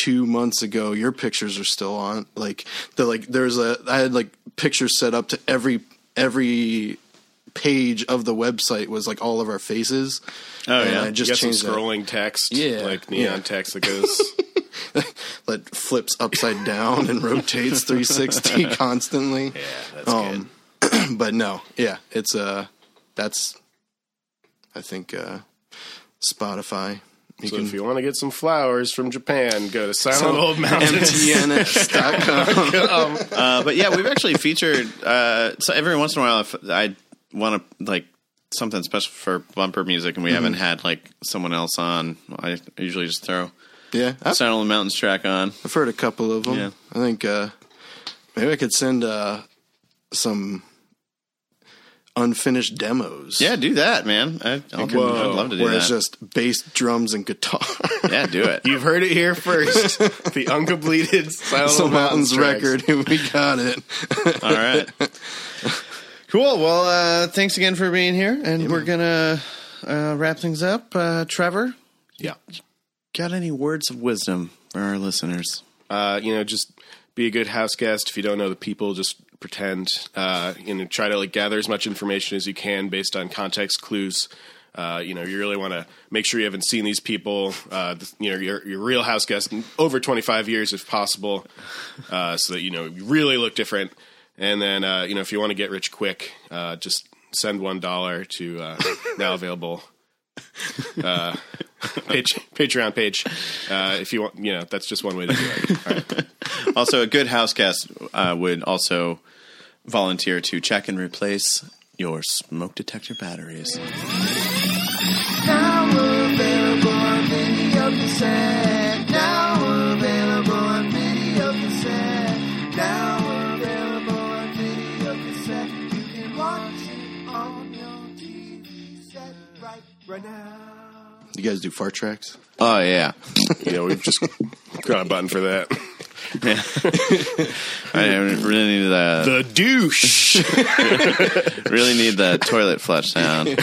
D: two months ago, your pictures are still on. Like the like there's a I had like pictures set up to every every page of the website was like all of our faces.
B: Oh,
D: and
B: yeah.
D: I
C: You
D: just
C: got some
D: changed that.
C: scrolling text,
D: Yeah.
C: like neon
D: Yeah.
C: text that
D: <laughs>
C: goes.
D: that flips upside down and
B: <laughs>
D: rotates 360 constantly. <clears throat>
C: yeah, that's
D: Um, but no, yeah, it's uh that's I think uh, Spotify. You
C: So
D: can <laughs>
C: if you want to get some flowers from Japan, go to Silent Old Mountains.
D: mtns.com.
B: <laughs> Uh, but yeah, we've actually featured. Uh, so every once in a while, if I want to like something special for bumper music,
D: Mm-hmm.
B: and we haven't had like someone else on, I usually just throw
D: yeah, I've,
B: Sound on the Mountains track on.
D: I've heard a couple of them.
B: Yeah.
D: I think uh, maybe I could send uh, some unfinished demos.
B: Yeah, do that, man. I, I'll, I'd love to do
D: where
B: that.
D: it's just bass, drums,
B: <laughs>
D: and guitar.
B: yeah, do <laughs> it.
C: You've heard it here
D: <laughs>
C: first. the uncompleted Silent
D: Soul
C: Old Mountains,
D: Mountains record. <laughs> we got it.
B: All right. <laughs> cool. Well, uh, thanks again for being here, and we're gonna uh, wrap things up. Uh, Trevor,
C: Yeah.
B: got any words of wisdom for our listeners?
C: uh, you know, just be a good house guest. If you don't know the people, just pretend. Uh, you know, try to like gather as much information as you can based on context clues. Uh, you know, you really want to make sure you haven't seen these people. Uh, th- you know, your your real house guest in over twenty five years, if possible, uh, so that you know you really look different. And then, uh, you know, if you want to get rich quick, uh, just send one dollar to uh, now available uh, <laughs> page, Patreon page. Uh, if you want, you know, that's just one way to do it.
B: also, a good house guest uh, would also volunteer to check and replace your smoke detector batteries.
A: Now we're available on video cassette. Now we're available on video cassette. Now we're available on video cassette. You can watch it on your TV set right, right now.
D: You guys do fart tracks?
B: Oh <laughs> yeah.
C: Yeah, we've just got a button for that.
B: I really need the
C: The douche.
B: really need the toilet flush sound.